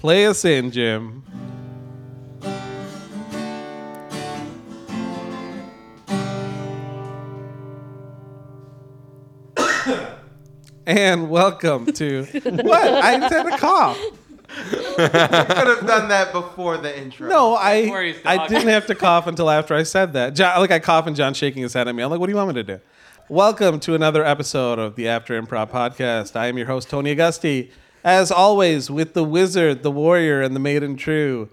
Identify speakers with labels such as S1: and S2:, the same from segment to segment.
S1: Play us in, Jim. and welcome to what? I just had a cough.
S2: could have done that before the intro.
S1: No,
S3: Before
S1: I
S3: he's
S1: I
S3: dog.
S1: didn't have to cough until after I said that. John, like I cough and John shaking his head at me. I'm like, what do you want me to do? Welcome to another episode of the After Improv Podcast. I am your host Tony Augusti. As always, with the wizard, the warrior, and the maiden true,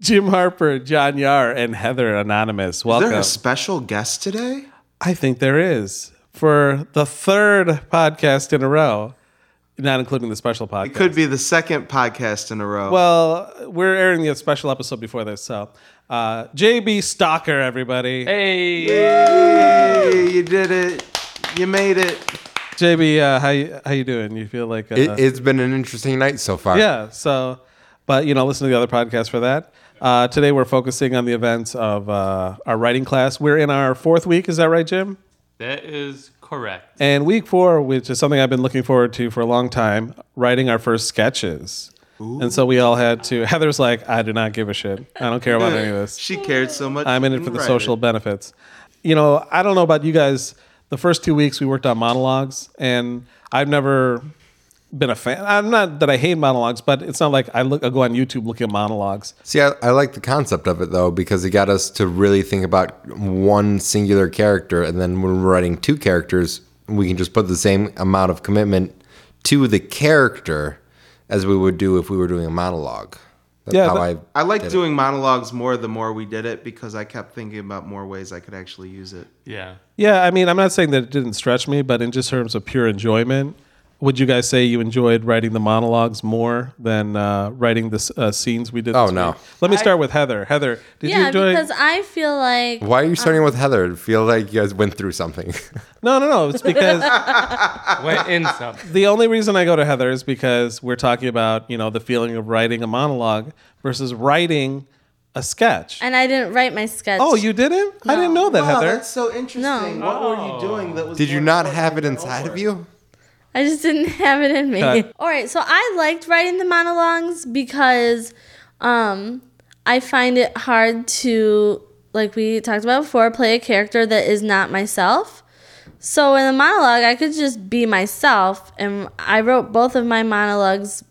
S1: Jim Harper, John Yar, and Heather Anonymous.
S2: Is
S1: Welcome.
S2: there a special guest today?
S1: I think there is for the third podcast in a row, not including the special podcast.
S2: It could be the second podcast in a row.
S1: Well, we're airing the special episode before this, so uh, JB Stalker, everybody.
S3: Hey.
S2: Yay, you did it. You made it.
S1: JB, uh, how you, how you doing? You feel like uh,
S4: It, it's been an interesting night so far.
S1: yeah. So, but you know, listen to the other podcast for that. Uh, today we're focusing on the events of uh, our writing class. We're in our fourth week, is that right, Jim?
S3: That is correct.
S1: And week four, which is something I've been looking forward to for a long time, writing our first sketches. And so we all had to. Heather's like, I do not give a shit. I don't care about any of this.
S2: She cared so much.
S1: I'm in
S2: she
S1: it for the
S2: write
S1: social benefits. You know, I don't know about you guys. The first two weeks we worked on monologues, and I've never been a fan. I'm not that I hate monologues, but it's not like I look. I go on YouTube looking at monologues.
S4: See, I, I like the concept of it though because it got us to really think about one singular character, and then when we're writing two characters, we can just put the same amount of commitment to the character as we would do if we were doing a monologue. That's
S1: Yeah,
S4: how
S1: but-
S4: I.
S2: I like doing monologues more the more we did it because I kept thinking about more ways I could actually use it.
S3: Yeah.
S1: Yeah, I mean, I'm not saying that it didn't stretch me, but in just terms of pure enjoyment, would you guys say you enjoyed writing the monologues more than uh, writing the s- uh, scenes we did?
S4: Oh,
S1: this
S4: no.
S1: week? Let me start with Heather. Heather, did you
S5: yeah,
S1: enjoy?
S5: because I feel like
S4: Why are you starting with Heather? I feel like you guys went through something.
S1: no, no, no. It's because.
S3: Went in something.
S1: the only reason I go to Heather is because we're talking about you know the feeling of writing a monologue versus writing a sketch.
S5: and I didn't write my sketch.
S1: oh, you didn't? I didn't know that, Heather.
S2: Oh, so interesting.
S5: No.
S2: What were you doing that was
S4: Did you
S2: more
S4: not
S2: important
S4: have it
S2: than
S4: inside of
S2: homework?
S4: you?
S5: I just didn't have it in me.
S1: Cut.
S5: All right, so I liked writing the monologues because um I find it hard to like we talked about before play a character that is not myself. So in the monologue, I could just be myself and I wrote both of my monologues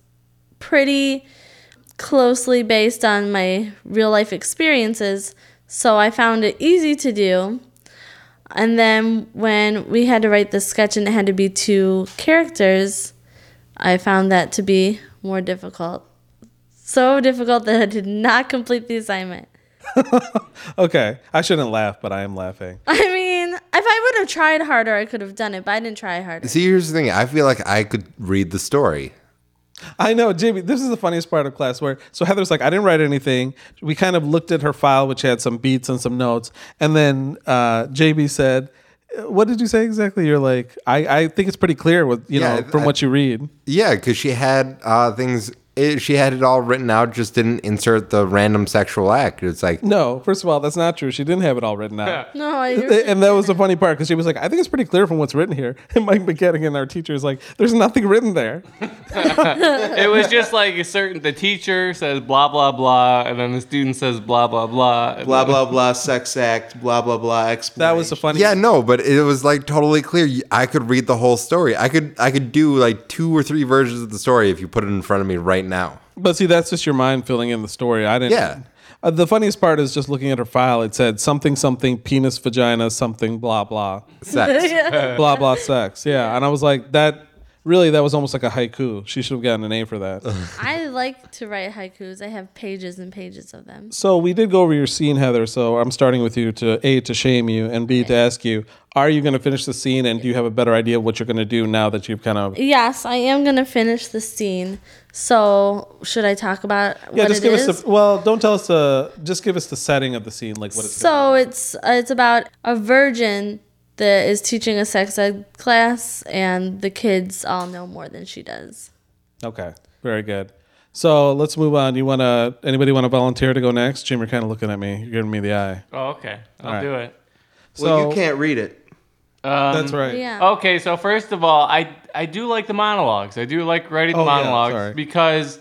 S5: pretty closely based on my real life experiences. So I found it easy to do. And then when we had to write the sketch and it had to be two characters, I found that to be more difficult. So difficult that I did not complete the assignment.
S1: Okay, I shouldn't laugh, but I am laughing.
S5: I mean, if I would have tried harder, I could have done it, but I didn't try harder.
S4: See, here's the thing. I feel like I could read the story.
S1: I know, Jamie. This is the funniest part of class where so Heather's like, I didn't write anything. We kind of looked at her file, which had some beats and some notes, and then uh, JB said. "Uh, What did you say exactly? You're like, I, I think it's pretty clear with you
S4: Yeah,
S1: know from
S4: I-
S1: what you read.
S4: Yeah, because she had uh, things. It, she had it all written out, just didn't insert the random sexual act. It's like
S1: No, first of all, that's not true. She didn't have it all written out.
S5: No, I
S1: and that was the funny part because she was like, I think it's pretty clear from what's written here. And Mike McGettigan, our teacher, is like, there's nothing written there.
S3: It was just like a certain. The teacher says blah blah blah, and then the student says blah blah blah. and
S2: Blah
S3: then-
S2: blah blah sex act blah blah blah explanation.
S1: That was the funny.
S4: yeah, no, but it was like totally clear. You- I could read the whole story. I could I could do like two or three versions of the story if you put it in front of me right now.
S1: But see, that's just your mind filling in the story. I didn't.
S4: Yeah.
S1: Uh, the funniest part is just looking at her file. It said something, something, penis, vagina, something, blah, blah,
S4: Sex.
S1: blah, blah, sex. Yeah. And I was like, that really, that was almost like a haiku. She should have gotten an A for that.
S5: I like to write haikus. I have pages and pages of them.
S1: so we did go over your scene, Heather. So I'm starting with you to A, to shame you, and B, to ask you, are you going to finish the scene? And do you have a better idea of what you're going to do now that you've kind of
S5: Yes, I am gonna finish the scene. So should I talk about
S1: Yeah,
S5: what
S1: just
S5: it
S1: give
S5: is?
S1: us the well. Don't tell us the. Just give us the setting of the scene, like what it's.
S5: So it's uh, it's about a virgin that is teaching a sex ed class, and the kids all know more than she does.
S1: okay, very good. So let's move on. You want to? Anybody want to volunteer to go next? Jim, you're kind of looking at me. You're giving me the eye.
S3: Oh, okay. I'll
S1: Alright.
S3: do it.
S2: well,
S1: So-
S2: you can't read it.
S3: Um,
S1: That's right.
S5: Yeah.
S3: Okay, so first of all, I I do like the monologues. I do like writing
S1: Oh,
S3: the
S1: yeah,
S3: monologues
S1: sorry.
S3: because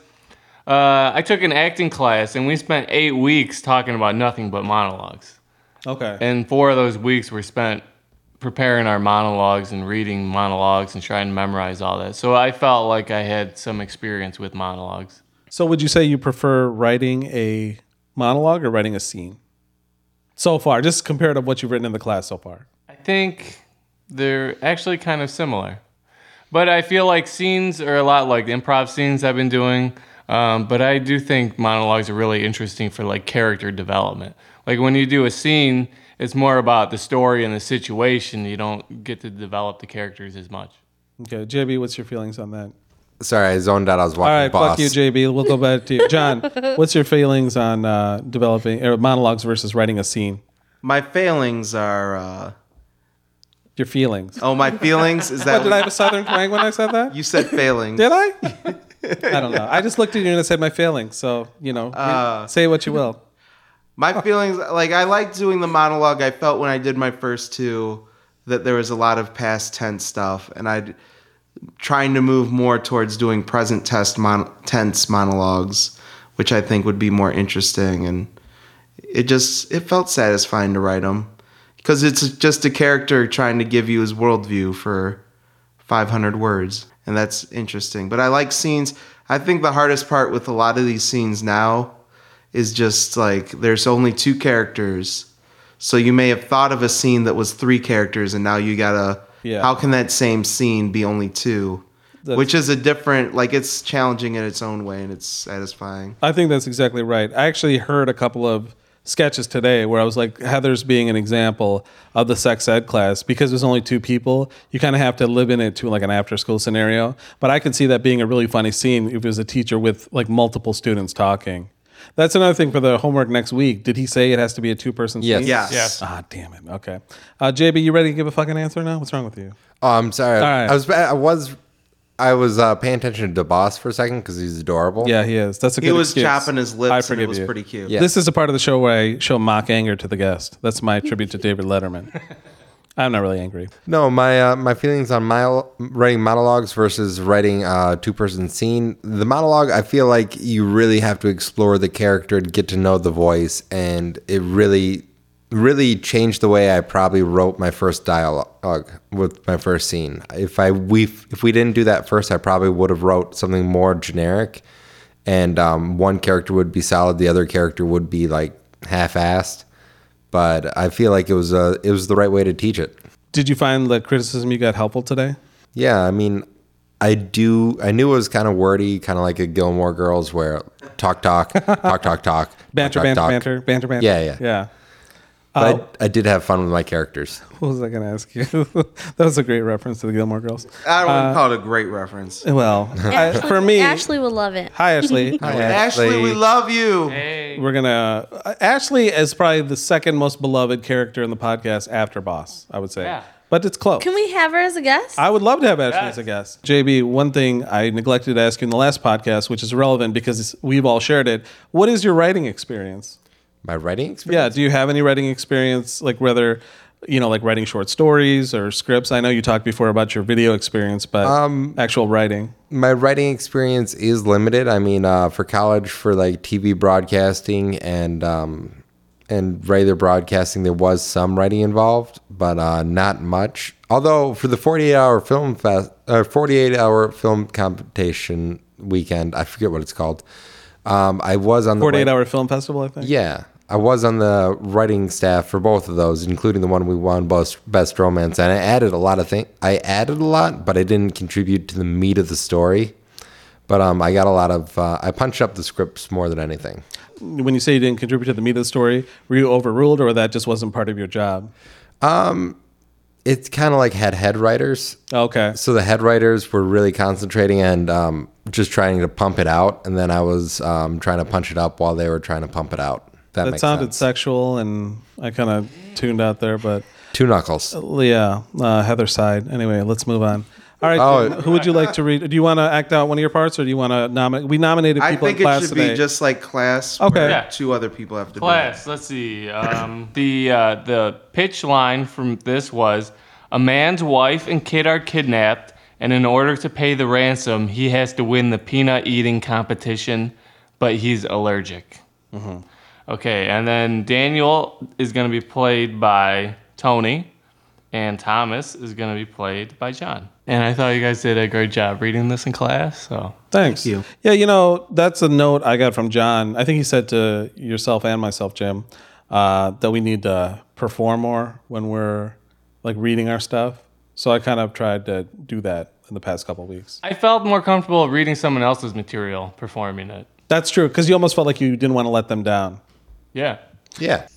S3: Uh, I took an acting class, and we spent eight weeks talking about nothing but monologues.
S1: Okay.
S3: And four of those weeks were spent preparing our monologues and reading monologues and trying to memorize all that. So I felt like I had some experience with monologues.
S1: so would you say you prefer writing a monologue or writing a scene? So far, just compared to what you've written in the class so far.
S3: I think they're actually kind of similar. But I feel like scenes are a lot like the improv scenes I've been doing. Um, but I do think monologues are really interesting for like character development. Like when you do a scene, it's more about the story and the situation. You don't get to develop the characters as much.
S1: Okay, JB, what's your feelings on that?
S4: Sorry, I zoned out. I was
S1: All
S4: watching
S1: right,
S4: Boss.
S1: fuck you, JB. We'll go back to you, John. what's your feelings on uh, developing or monologues versus writing a scene?
S2: My failings are. Uh,
S1: Your feelings.
S2: oh, my feelings is that
S1: Did I have a southern twang when I said that?
S2: you said failings?
S1: Did I? I don't know. I just looked at you and I said my feelings. So you know, say what you will.
S2: My feelings, like I liked doing the monologue. I felt when I did my first two that there was a lot of past tense stuff, and I'd trying to move more towards doing present test mon- tense monologues, which I think would be more interesting. And it just it felt satisfying to write them because it's just a character trying to give you his worldview for 500 words, and that's interesting. But I like scenes. I think the hardest part with a lot of these scenes now is just like there's only two characters. So you may have thought of a scene that was three characters and now you gotta
S1: Yeah.
S2: how can that same scene be only two?
S1: That's-
S2: Which is a different like it's challenging in its own way and it's satisfying.
S1: I think that's exactly right. I actually heard a couple of sketches today where I was like, Heather's being an example of the sex ed class because there's only two people. You kind of have to live in it to like an after school scenario. But I could see that being a really funny scene if it was a teacher with like multiple students talking. That's another thing for the homework next week. Did he say it has to be a two person
S4: Yes.
S1: scene?
S2: Yes.
S3: Yes.
S1: Ah, damn it. Okay. Uh, JB, you ready to give a fucking answer now? What's wrong with you?
S4: Oh, I'm sorry.
S1: right.
S4: I was I was I was uh, paying attention to Boss for a second because he's adorable.
S1: Yeah, he is. That's a good
S2: He was
S1: excuse.
S2: chopping his
S1: I
S2: lips and it
S1: forgive
S2: was
S1: you.
S2: pretty cute.
S4: Yeah.
S1: This is a part of the show where I show mock anger to the guest. That's my tribute to David Letterman. I'm not really angry.
S4: No, my uh, my feelings on my writing monologues versus writing a two person scene. The monologue, I feel like you really have to explore the character and get to know the voice, and it really really changed the way I probably wrote my first dialogue with my first scene. If I we if we didn't do that first, I probably would have wrote something more generic, and um, one character would be solid, the other character would be like half assed. But I feel like it was uh, it was the right way to teach it.
S1: Did you find the criticism you got helpful today?
S4: Yeah, I mean, I do. I knew it was kind of wordy, kind of like a Gilmore Girls, where talk, talk, talk, talk, talk,
S1: Banter, banter,
S4: talk, talk.
S1: banter, Oh. banter, banter.
S4: Yeah, yeah.
S1: Yeah.
S4: But I, I did have fun with my characters.
S1: What was I going to ask you? that was a great reference to the Gilmore Girls.
S2: I don't
S1: Uh,
S2: want to call it a great reference.
S1: Well, I,
S5: Ashley-
S1: for me,
S5: Ashley will love it.
S1: hi, Ashley.
S2: Ashley, we love you.
S1: We're going to. Ashley is probably the second most beloved character in the podcast after Boss, I would say.
S3: Yeah.
S1: But it's close.
S5: Can we have her as a guest?
S1: I would love to have Ashley as a guest. JB, one thing I neglected to ask you in the last podcast, which is relevant because we've all shared it. What is your writing experience?
S4: My writing
S1: Yeah,
S4: experience.
S1: do you have any writing experience, like whether, you know, like writing short stories or scripts? I know you talked before about your video experience, but
S4: Um,
S1: actual writing.
S4: My writing experience is limited. I mean, uh, for college, for like TV broadcasting and um, and regular broadcasting, there was some writing involved, but uh, not much. Although for the forty-eight hour film fest, uh, forty-eight hour film competition weekend, I forget what it's called. Um, I was on the
S1: 48
S4: wait-
S1: hour film festival, I think.
S4: yeah, I was on the writing staff for both of those, including the one we won best, best romance. And I added a lot of things. I added a lot, but I didn't contribute to the meat of the story. But um, I got a lot of. Uh, I punched up the scripts more than anything.
S1: When you say you didn't contribute to the meat of the story, were you overruled or that just wasn't part of your job?
S4: It's kind of like had head writers.
S1: Okay.
S4: So the head writers were really concentrating and um, just trying to pump it out, and then I was um, trying to punch it up while they were trying to pump it out. That,
S1: That
S4: makes
S1: sounded
S4: sense.
S1: sexual and I kind of tuned out there, but.
S4: Two knuckles.
S1: Yeah, uh, Heather side. Anyway, let's move on. All right,
S4: Oh.
S1: who would you like to read? Do you want to act out one of your parts, or do you want to nominate? We nominated
S2: I
S1: people in
S2: think it
S1: class
S2: should
S1: today.
S2: be just like class.
S1: Okay.
S2: where
S1: Yeah.
S2: Two other people have to
S3: Class, let's see. Um, the uh, the pitch line from this was: a man's wife and kid are kidnapped, and in order to pay the ransom, he has to win the peanut eating competition. but he's allergic. Mm-hmm. Okay, and then Daniel is going to be played by Tony, and Thomas is going to be played by John. And I thought you guys did a great job reading this in class. So
S1: Thanks.
S2: you.
S1: Yeah, you know, that's a note I got from John. I think he said to yourself and myself, Jim, uh, that we need to perform more when we're like reading our stuff. So I kind of tried to do that in the past couple weeks.
S3: I felt more comfortable reading someone else's material, performing it.
S1: That's true, because you almost felt like you didn't want to let them down.
S3: Yeah.
S4: Yeah.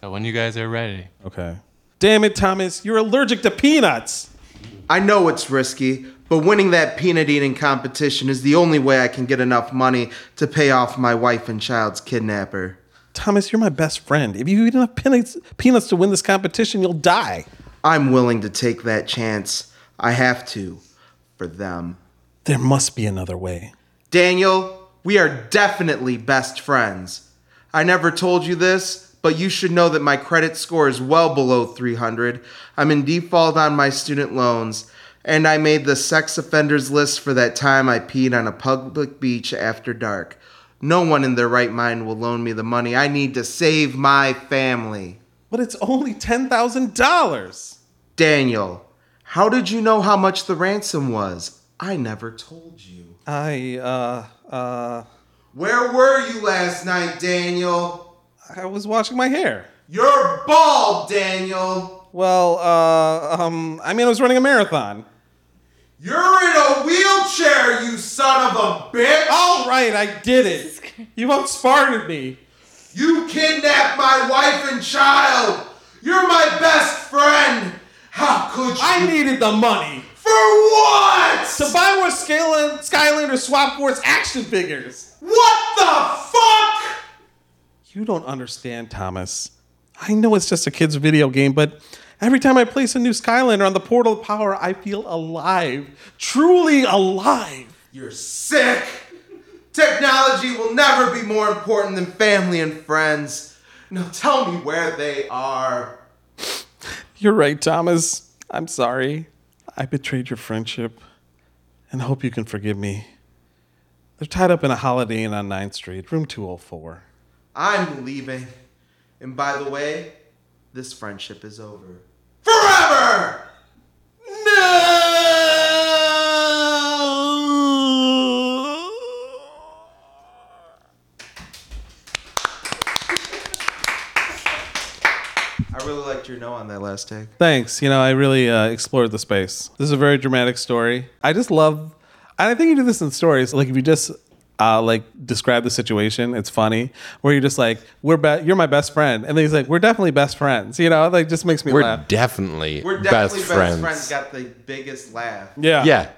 S3: So when you guys are ready.
S1: Okay. Damn it, Thomas, you're allergic to peanuts.
S2: I know it's risky, but winning that peanut eating competition is the only way I can get enough money to pay off my wife and child's kidnapper.
S1: Thomas, you're my best friend. If you eat enough peanuts, peanuts to win this competition, you'll die.
S2: I'm willing to take that chance. I have to. For them.
S1: There must be another way.
S2: Daniel, we are definitely best friends. I never told you this, but you should know that my credit score is well below 300. I'm in default on my student loans, and I made the sex offenders list for that time I peed on a public beach after dark. No one in their right mind will loan me the money I need to save my family.
S1: But it's only $10,000.
S2: Daniel, how did you know how much the ransom was? I never told you.
S1: I, uh, uh,
S2: Where were you last night, Daniel?
S1: I was washing my hair.
S2: You're bald, Daniel.
S1: Well, uh, um, I mean, I was running a marathon.
S2: You're in a wheelchair, you son of a bitch.
S1: All right, I did it. You outsmarted me.
S2: You kidnapped my wife and child. You're my best friend. How could you?
S1: I needed the money
S2: For what?
S1: to buy more Skyland- Skylander Swap Force action figures.
S2: what the fuck?
S1: You don't understand, Thomas. I know it's just a kid's video game, but every time I place a new Skylander on the Portal of Power, I feel alive. Truly alive.
S2: You're sick. Technology will never be more important than family and friends. Now tell me where they are.
S1: You're right, Thomas. I'm sorry. I betrayed your friendship and hope you can forgive me. They're tied up in a Holiday Inn on 9th Street, room 204.
S2: I'm leaving. And by the way, this friendship is over. Forever!
S1: No!
S2: I really liked your no on that last take.
S1: Thanks. You know, I really uh, explored the space. This is a very dramatic story. I just love, and I think you do this in stories. Like if you just uh, like describe the situation, it's funny. Where you're just like, "We're be- you're my best friend," and then he's like, "We're definitely best friends." You know, like just makes me
S4: We're
S1: laugh.
S4: definitely,
S2: We're definitely
S4: best, friends.
S2: Got the biggest laugh
S1: yeah.
S4: Yeah.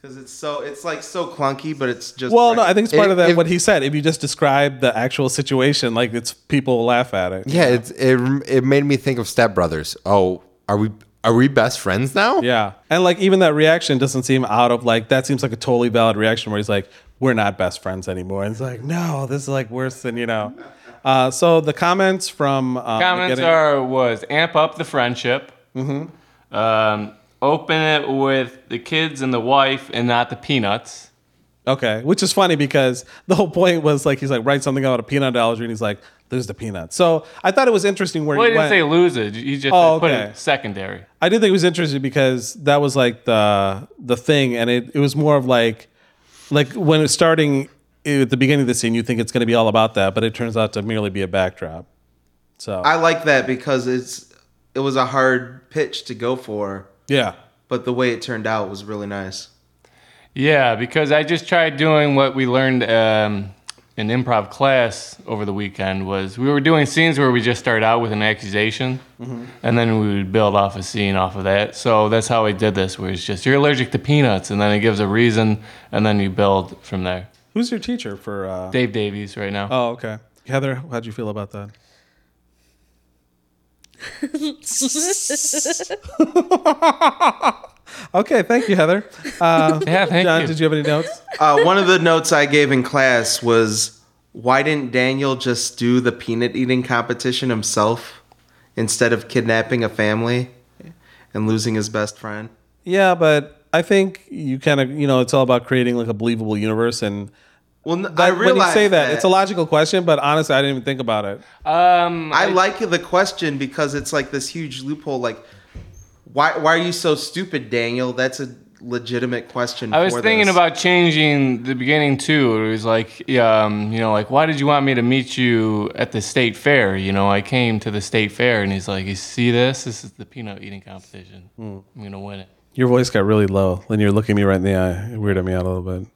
S2: because it's so it's like so clunky, but it's just
S1: Well,
S2: right.
S1: no, I think it's part
S4: If-
S1: of that.
S4: if-
S1: what he said. If you just describe the actual situation, like it's people will laugh at it.
S4: Yeah, it's, it it made me think of Step Brothers. Oh, are we are we best friends now?
S1: Yeah. And like even that reaction doesn't seem out of like that seems like a totally valid reaction where he's like, We're not best friends anymore. And it's like, no, this is like worse than you know. Uh, so the comments from uh,
S3: Comments
S1: getting-
S3: are was amp up the friendship. Mm-hmm. Um, open it with the kids and the wife and not the peanuts.
S1: Okay, which is funny because the whole point was like he's like write something about a peanut allergy and he's like, There's the peanut. So I thought it was interesting where
S3: Well,
S1: he
S3: he
S1: went.
S3: didn't say lose it. He just
S1: Oh,
S3: put
S1: okay.
S3: it secondary.
S1: I did think it was interesting because that was like the the thing, and it, it was more of like like when it's starting eh, at the beginning of the scene, you think it's going to be all about that, but it turns out to merely be a backdrop. So
S2: I like that because it's it was a hard pitch to go for,
S1: yeah,
S2: but the way it turned out was really nice.
S3: Yeah, because I just tried doing what we learned um, in improv class over the weekend was we were doing scenes where we just started out with an accusation,
S1: Mm-hmm.
S3: and then we would build off a scene off of that. So that's how I did this, where it's just you're allergic to peanuts, and then it gives a reason, and then you build from there.
S1: who's your teacher for? Uh,
S3: Dave Davies, right now.
S1: oh, okay, Heather, how'd you feel about that? okay, thank you, Heather. Uh,
S3: yeah, thank
S1: John,
S3: you.
S1: did you have any notes?
S2: Uh, one of the notes I gave in class was why didn't Daniel just do the peanut eating competition himself instead of kidnapping a family and losing his best friend?
S1: Yeah, but I think you kind of, you know, it's all about creating like a believable universe and
S2: Well, n- I
S1: That- when
S2: realize
S1: you say that, it's a logical question, but honestly, I didn't even think about it.
S3: Um,
S2: I like the question because it's like this huge loophole. Like, why why are you so stupid, Daniel? That's a legitimate question.
S3: I was
S2: for
S3: thinking
S2: this.
S3: about changing the beginning too. It was like, um, you know, like why did you want me to meet you at the state fair? You know, I came to the state fair, and he's like, you see this? This is the peanut eating competition. I'm gonna win it.
S1: Your voice got really low, and you're looking me right in the eye. It weirded me out a little bit.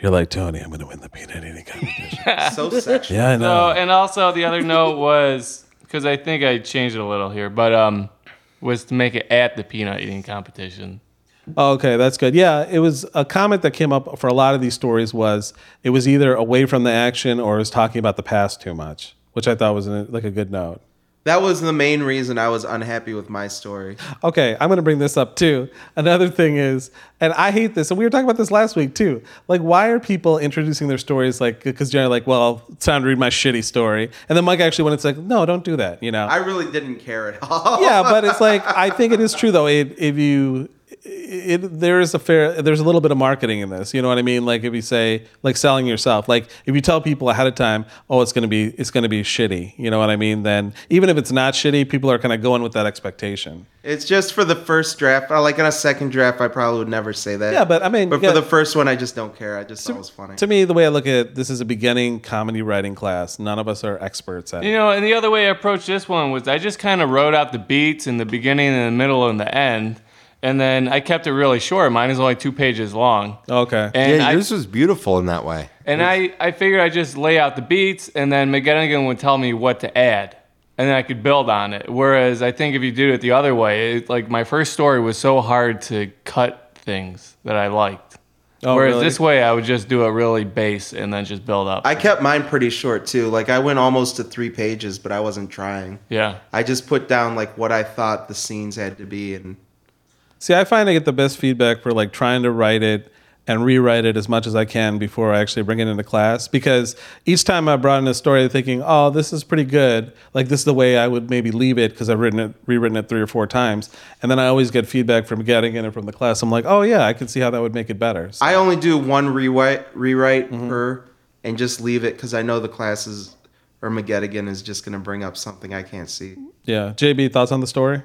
S1: You're like, Tony, I'm going to win the peanut eating competition.
S2: so sexual.
S1: yeah, I
S3: So,
S1: know.
S3: and also the other note was because I think I changed it a little here, but um, was to make it at the peanut eating competition.
S1: okay, that's good. Yeah, it was a comment that came up for a lot of these stories was it was either away from the action or it was talking about the past too much, which I thought was an, like a good note.
S2: That was the main reason I was unhappy with my story.
S1: Okay, I'm gonna bring this up too. Another thing is, and I hate this, and we were talking about this last week too. Like, why are people introducing their stories like because you're like, well, it's time to read my shitty story, and then Mike actually when it's like, no, don't do that, you know?
S2: I really didn't care at all.
S1: yeah, but it's like I think it is true though. It, if you, it, there is a fair, there's a little bit of marketing in this. You know what I mean? Like if you say like selling yourself, like if you tell people ahead of time, oh, it's gonna be it's gonna be shitty. You know what I mean? Then even if it's not shitty, people are kind of going with that expectation.
S2: It's just for the first draft. Or like in a second draft, I probably would never say that.
S1: Yeah, but I mean,
S2: But
S1: yeah.
S2: for the first one, I just don't care. I just thought it was funny.
S1: To me, the way I look at it, this is a beginning comedy writing class. None of us are experts at
S3: You
S1: it.
S3: know, and the other way I approached this one was I just kind of wrote out the beats in the beginning and the middle and the end, and then I kept it really short. Mine is only two pages long.
S1: Okay.
S3: And
S4: yeah,
S3: I
S4: yours was beautiful in that way.
S3: and I, I figured I'd just lay out the beats and then McGinnigan would tell me what to add. And then I could build on it. Whereas I think if you do it the other way, it, like my first story was so hard to cut things that I liked.
S1: Oh,
S3: Whereas
S1: really?
S3: this way, I would just do it really base and then just build up.
S2: I kept mine pretty short too. Like I went almost to three pages, but I wasn't trying.
S3: yeah.
S2: I just put down like what I thought the scenes had to be, and
S1: See, I find I get the best feedback for like trying to write it and rewrite it as much as I can before I actually bring it into class because each time I brought in a story thinking, "Oh, this is pretty good. Like this is the way I would maybe leave it because I've written it rewritten it 3 or 4 times." And then I always get feedback from getting in and from the class. I'm like, "Oh yeah, I could see how that would make it better." So,
S2: I only do one rewrite rewrite
S1: Mm-hmm.
S2: per, and just leave it because I know the classes or McGettigan is just gonna bring up something I can't see.
S1: yeah. JB, thoughts on the story?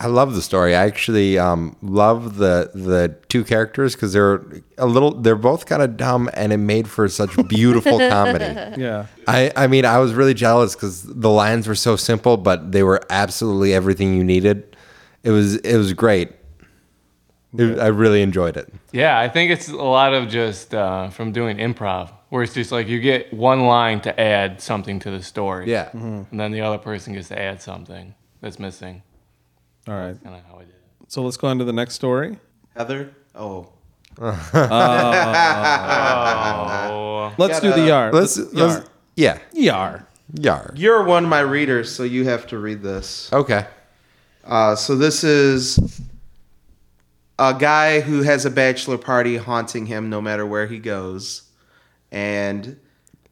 S4: I love the story. I actually um, love the the two characters because they're a little. They're both kind of dumb, and it made for such beautiful comedy.
S1: Yeah.
S4: I, I mean, I was really jealous because the lines were so simple, but they were absolutely everything you needed. It was it was great. It, I really enjoyed it.
S3: Yeah, I think it's a lot of just uh, from doing improv, where it's just like you get one line to add something to the story.
S4: Yeah,
S3: And then the other person gets to add something that's missing.
S1: All right.
S3: Kind of how I did it.
S1: So let's go on to the next story.
S2: Heather, oh,
S1: Let's do
S2: Gotta-
S1: the E yard.
S4: let's, let's yeah
S1: yar.
S4: yar
S2: you're one of my readers, so you have to read this.
S4: okay.
S2: Uh, so this is a guy who has a bachelor party haunting him no matter where he goes. And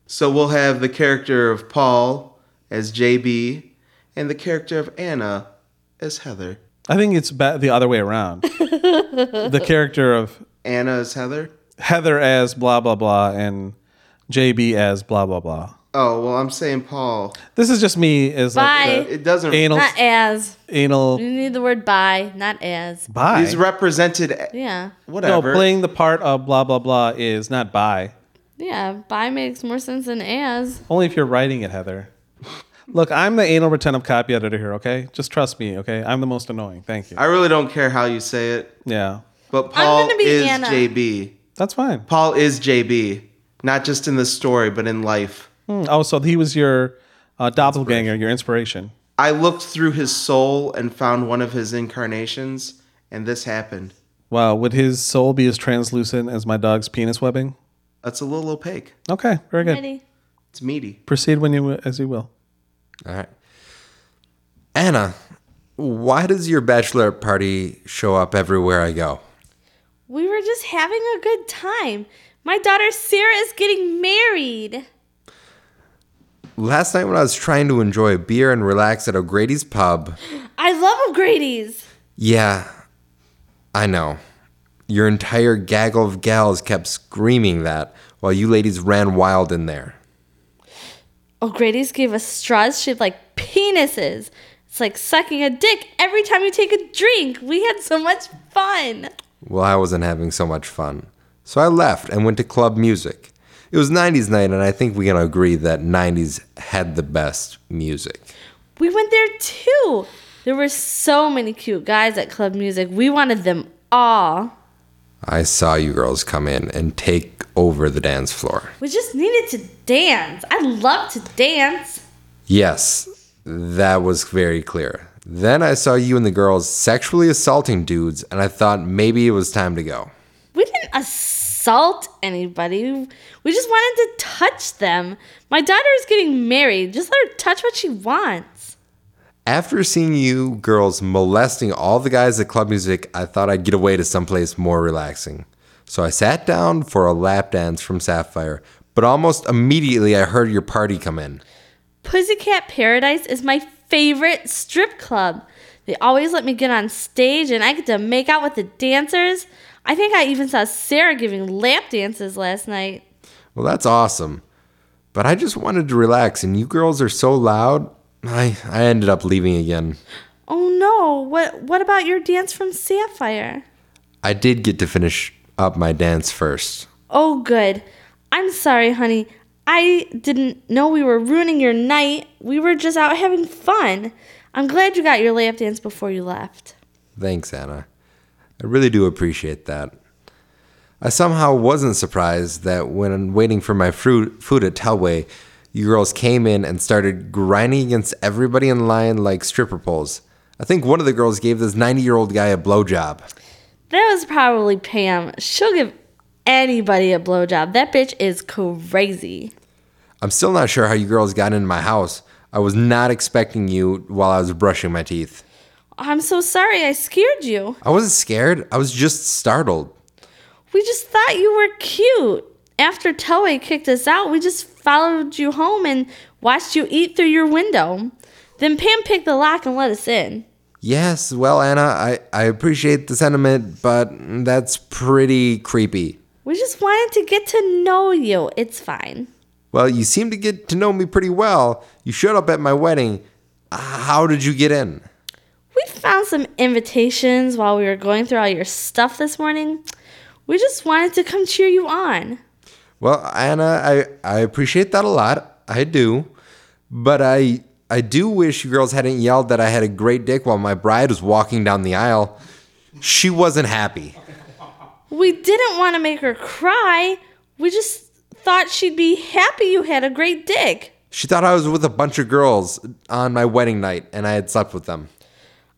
S2: so we'll have the character of Paul as JB and the character of Anna as Heather.
S1: I think it's ba- the other way around. the character of
S2: Anna as Heather?
S1: Heather as blah blah blah and JB as blah blah blah.
S2: Oh, well, I'm saying Paul.
S1: This is just me as
S5: Bye.
S1: like
S2: It doesn't.
S1: the anal
S5: Not as.
S1: anal
S5: You need the word by, not as.
S1: bi.
S2: He's represented.
S5: Yeah.
S1: No,
S2: Whatever.
S1: playing the part of blah blah blah is not by.
S5: Yeah, by makes more sense than as.
S1: Only if you're writing it, Heather. Look, I'm the anal retentive copy editor here. Okay, just trust me. Okay, I'm the most annoying. Thank you.
S2: I really don't care how you say it,
S1: Yeah,
S2: but Paul
S5: gonna be
S2: is
S5: Anna.
S2: JB.
S1: that's fine.
S2: Paul is JB, not just in the story, but in life.
S1: Hmm. Oh, so he was your uh, doppelganger, your inspiration.
S2: I looked through his soul and found one of his incarnations, and this happened.
S1: Wow, would his soul be as translucent as my dog's penis webbing?
S2: That's a little opaque.
S1: Okay, very good.
S5: Ready?
S2: It's meaty.
S1: Proceed when you as you will.
S4: All right, Anna, why does your bachelor party show up everywhere I go?
S5: We were just having a good time. My daughter Sarah is getting married.
S4: Last night when I was trying to enjoy a beer and relax at O'Grady's pub,
S5: I love O'Grady's.
S4: yeah, I know. Your entire gaggle of gals kept screaming that while you ladies ran wild in there.
S5: O'Grady's gave us straws shaped like penises. It's like sucking a dick every time you take a drink. We had so much fun.
S4: Well, I wasn't having so much fun. So I left and went to club music. It was 90s night, and I think we can agree that 90s had the best music.
S5: We went there too. There were so many cute guys at club music. We wanted them all.
S4: I saw you girls come in and take over the dance floor.
S5: We just needed to dance. I love to dance.
S4: Yes, that was very clear. Then I saw you and the girls sexually assaulting dudes, and I thought maybe it was time to go.
S5: We didn't assault anybody. We just wanted to touch them. My daughter is getting married. Just let her touch what she wants.
S4: After seeing you girls molesting all the guys at club music, I thought I'd get away to someplace more relaxing. So I sat down for a lap dance from Sapphire, but almost immediately I heard your party come in.
S5: Pussycat Paradise is my favorite strip club. They always let me get on stage and I get to make out with the dancers. I think I even saw Sarah giving lap dances last night.
S4: Well, that's awesome. But I just wanted to relax, and you girls are so loud. I, I ended up leaving again.
S5: Oh no, what what about your dance from Sapphire?
S4: I did get to finish up my dance first.
S5: Oh good. I'm sorry, honey. I didn't know we were ruining your night. We were just out having fun. I'm glad you got your lap dance before you left.
S4: Thanks, Anna. I really do appreciate that. I somehow wasn't surprised that when waiting for my fruit, food at Telway, you girls came in and started grinding against everybody in line like stripper poles. I think one of the girls gave this 90 year old guy a blowjob.
S5: That was probably Pam. She'll give anybody a blowjob. That bitch is crazy.
S4: I'm still not sure how you girls got into my house. I was not expecting you while I was brushing my teeth.
S5: I'm so sorry I scared you.
S4: I wasn't scared, I was just startled.
S5: We just thought you were cute. After Toei kicked us out, we just followed you home and watched you eat through your window. Then Pam picked the lock and let us in.
S4: Yes, well, Anna, I, I appreciate the sentiment, but that's pretty creepy.
S5: We just wanted to get to know you. It's fine.
S4: Well, you seem to get to know me pretty well. You showed up at my wedding. How did you get in?
S5: We found some invitations while we were going through all your stuff this morning. We just wanted to come cheer you on.
S4: Well, Anna, I, I appreciate that a lot. I do. But I I do wish you girls hadn't yelled that I had a great dick while my bride was walking down the aisle. She wasn't happy.
S5: We didn't want to make her cry. We just thought she'd be happy you had a great dick.
S4: She thought I was with a bunch of girls on my wedding night and I had slept with them.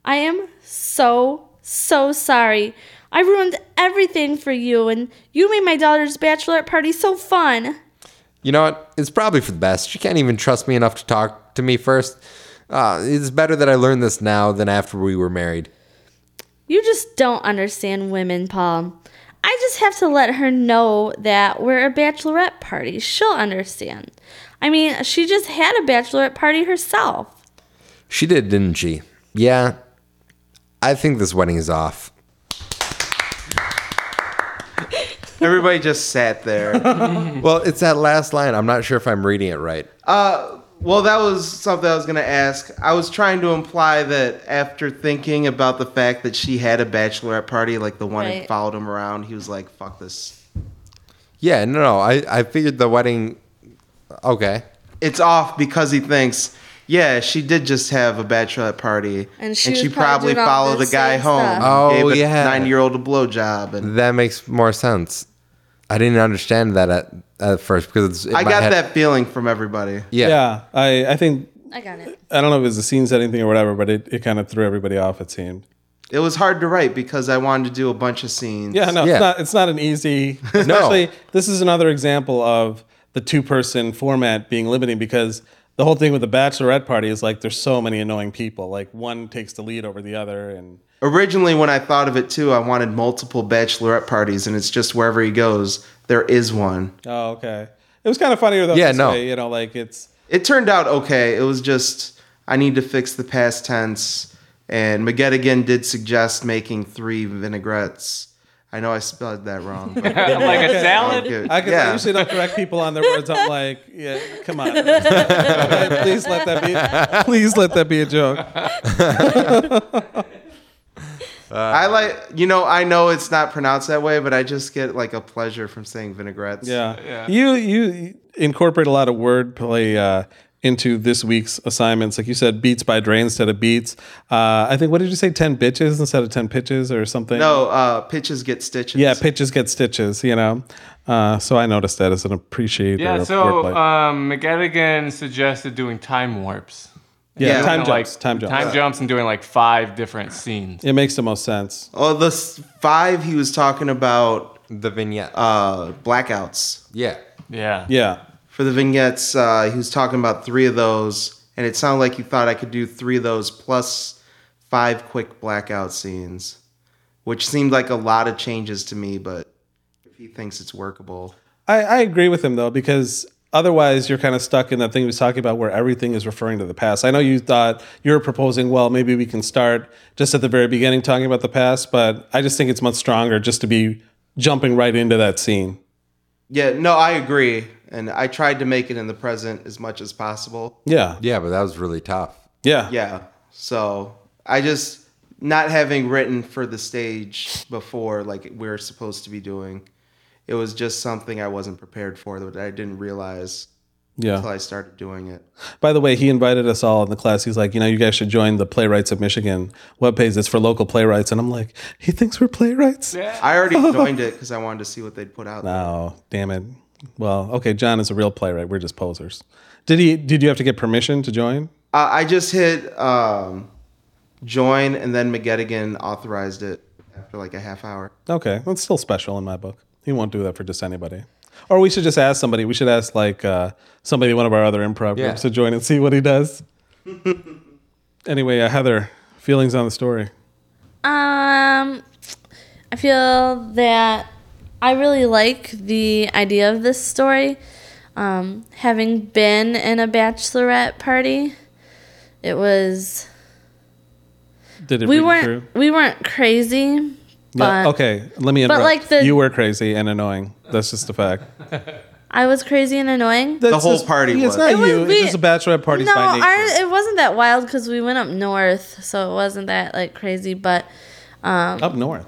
S5: I am so, so sorry. I ruined everything for you, and you made my daughter's bachelorette party so fun.
S4: You know what? It's probably for the best. She can't even trust me enough to talk to me first. Uh, it's better that I learned this now than after we were married.
S5: You just don't understand women, Paul. I just have to let her know that we're a bachelorette party. She'll understand. I mean, she just had a bachelorette party herself.
S4: She did, didn't she? Yeah. I think this wedding is off.
S2: Everybody just sat there.
S4: Well, it's that last line. I'm not sure if I'm reading it right.
S2: Uh, well, that was something I was going to ask. I was trying to imply that after thinking about the fact that she had a bachelorette party, like the one that
S5: Right.
S2: followed him around, he was like, fuck this.
S4: Yeah, no, no. I, I figured the wedding. Okay.
S2: It's off because he thinks, yeah, she did just have a bachelorette party.
S5: And she was probably doing all
S2: followed
S5: the
S2: the guy
S5: same
S2: home.
S4: stuff.
S2: and
S4: Oh,
S2: gave
S4: yeah. Mm.
S2: 90 year old a blowjob. And
S4: That makes more sense. I didn't understand that at, at first because it's. in
S2: I
S4: my
S2: got
S4: head-
S2: that feeling from everybody.
S4: Yeah.
S1: yeah, I, I think
S5: I got it.
S1: I don't know if it was a scene setting thing or whatever, but it, it kind of threw everybody off. It seemed.
S2: It was hard to write because I wanted to do a bunch of scenes.
S1: Yeah, no,
S4: Yeah.
S1: it's not. It's not an easy. Especially this is another example of the two-person format being limiting because the whole thing with the bachelorette party is like there's so many annoying people. Like one takes the lead over the other, and
S2: Originally, when I thought of it too, I wanted multiple bachelorette parties, and it's just wherever he goes, there is one.
S1: oh, okay. It was kind of funnier though.
S4: Yeah,
S1: this
S4: no.
S1: way, you know, like it's
S2: It turned out okay. It was just I need to fix the past tense, and McGettigan did suggest making three vinaigrettes. I know I spelled that wrong. But
S3: like a salad.
S2: okay.
S1: I can I
S2: yeah.
S1: usually don't correct people on their words. I'm like, yeah, come on. Okay, please let that be. Please let that be a joke.
S2: I like you know I know it's not pronounced that way, but I just get like a pleasure from saying vinaigrettes.
S1: Yeah.
S3: Yeah.
S1: You you incorporate a lot of wordplay uh, into this week's assignments. Like you said, beats by drain instead of beats. Uh, I think what did you say? Ten bitches instead of ten pitches or something.
S2: No, uh, pitches get stitches.
S1: Yeah, pitches get stitches. You know. Uh, so I noticed that as an appreciator.
S3: Yeah,
S1: of
S3: so
S1: wordplay.
S3: um, McGettigan suggested doing time warps.
S1: yeah,
S2: yeah.
S1: time
S3: Kinda
S1: jumps.
S3: like
S1: time jumps.
S3: Time jumps and doing like five different scenes.
S1: It makes the most sense.
S2: Oh, the s- five he was talking about
S4: The vignette.
S2: uh, blackouts
S4: yeah.
S3: Yeah.
S1: Yeah.
S2: for the vignettes. Uh, he was talking about three of those, and it sounded like he thought I could do three of those plus five quick blackout scenes, which seemed like a lot of changes to me. But if he thinks it's workable,
S1: I, I agree with him though because otherwise you're kind of stuck in that thing he was talking about where everything is referring to the past. I know you thought you were proposing, well, maybe we can start just at the very beginning talking about the past, but I just think it's much stronger just to be jumping right into that scene.
S2: yeah, no, I agree, and I tried to make it in the present as much as possible.
S1: Yeah,
S4: Yeah, but that was really tough.
S1: yeah,
S2: Yeah. So I just not having written for the stage before like we are supposed to be doing. It was just something I wasn't prepared for that I didn't realize
S1: yeah.
S2: until I started doing it.
S1: By the way, he invited us all in the class. He's like, you know, you guys should join the Playwrights of Michigan webpage. It's for local playwrights, and I'm like, he thinks we're playwrights.
S2: I already joined it because I wanted to see what they'd put out.
S1: Oh, damn it. Well, okay, John is a real playwright. We're just posers. Did he? Did you have to get permission to join?
S2: Uh, I just hit um, join and then McGettigan authorized it after like a half hour.
S1: Okay, that's still special in my book. He won't do that for just anybody. Or we should just ask somebody. We should ask like uh, somebody in one of our other improv
S4: Yeah.
S1: groups to join and see what he does. anyway, uh, Heather, feelings on the story?
S5: Um, I feel that I really like the idea of this story. Um, having been in a bachelorette party, it was
S1: Did it
S5: we
S1: read you
S5: weren't
S1: through?
S5: we weren't crazy,
S1: Yeah,
S5: but
S1: okay, let me interrupt.
S5: like the-
S1: you were crazy and annoying. That's just a fact.
S5: I was crazy and annoying.
S1: That's
S2: whole
S1: just-
S2: party
S1: It's
S2: was.
S1: not
S5: It was-
S1: you.
S5: we-
S1: it's just a bachelorette party.
S5: no,
S1: by nature.
S5: our, it wasn't that wild because we went up north, so it wasn't that like crazy. But
S1: up north.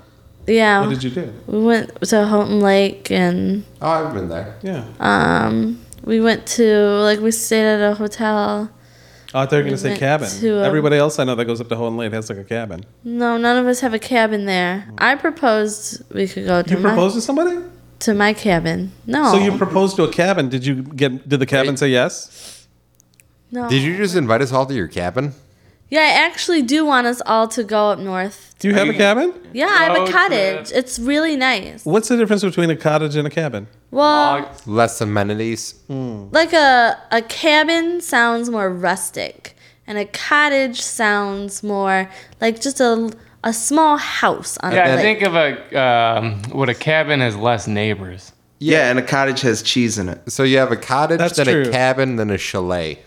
S5: yeah,
S1: What did you do?
S5: we went to Houghton Lake and
S4: Oh, I've been there.
S1: Yeah.
S5: we went to like we stayed at a hotel.
S1: oh, they're gonna say
S5: went
S1: cabin.
S5: to, um,
S1: Everybody else I know that goes up to Houghton Lake has like a cabin.
S5: No, none of us have a cabin there. I proposed we could go to
S1: Hmm. You
S5: my
S1: proposed to somebody?
S5: to my cabin. No,
S1: So you proposed to a cabin. Did you get? Did the cabin say yes?
S5: no.
S4: Did you just invite us all to your cabin?
S5: Yeah, I actually do want us all to go up north.
S1: Do you have
S3: you-
S1: a cabin?
S5: Yeah, I have
S3: Road
S5: a
S3: trip.
S5: cottage. It's really nice.
S1: What's the difference between a cottage and a cabin?
S5: Well,
S3: Log-
S4: Less amenities.
S5: like a a cabin sounds more rustic, and a cottage sounds more like just a a small house on a
S3: Yeah,
S5: lake.
S3: think of a um, what a cabin has less neighbors.
S2: Yeah, and a cottage has cheese in it.
S4: So you have a cottage,
S1: That's
S4: then
S1: true.
S4: a cabin, then a chalet.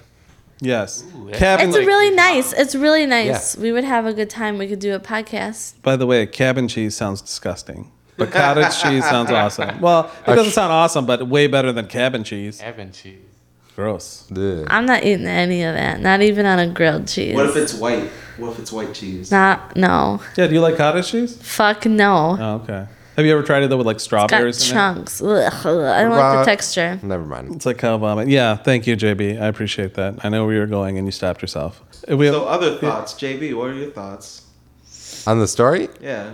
S1: Yes,
S3: yeah.
S1: cabin.
S5: it's
S1: like-
S5: really nice. It's really nice. We would have a good time. We could do a podcast.
S1: by the way, cabin cheese sounds disgusting, but cottage cheese sounds awesome. Well, it doesn't sound awesome, but way better than cabin cheese.
S3: Cabin cheese.
S1: Gross.
S4: Ugh.
S5: I'm not eating any of that. Not even on a grilled cheese.
S2: What if it's white? What if it's white cheese?
S5: Not no.
S1: Yeah, do you like cottage cheese?
S5: Fuck no.
S1: Oh, okay. Have you ever tried it though with like
S5: Got
S1: strawberries? in it?
S5: chunks. Ugh, ugh. I don't like
S4: Right.
S5: the texture.
S4: Never mind.
S1: It's like cow vomit. Yeah, thank you, JB. I appreciate that. I know where you were going and you stopped yourself. We have,
S2: So other thoughts, JB, what are your thoughts?
S4: On the story,
S2: Yeah.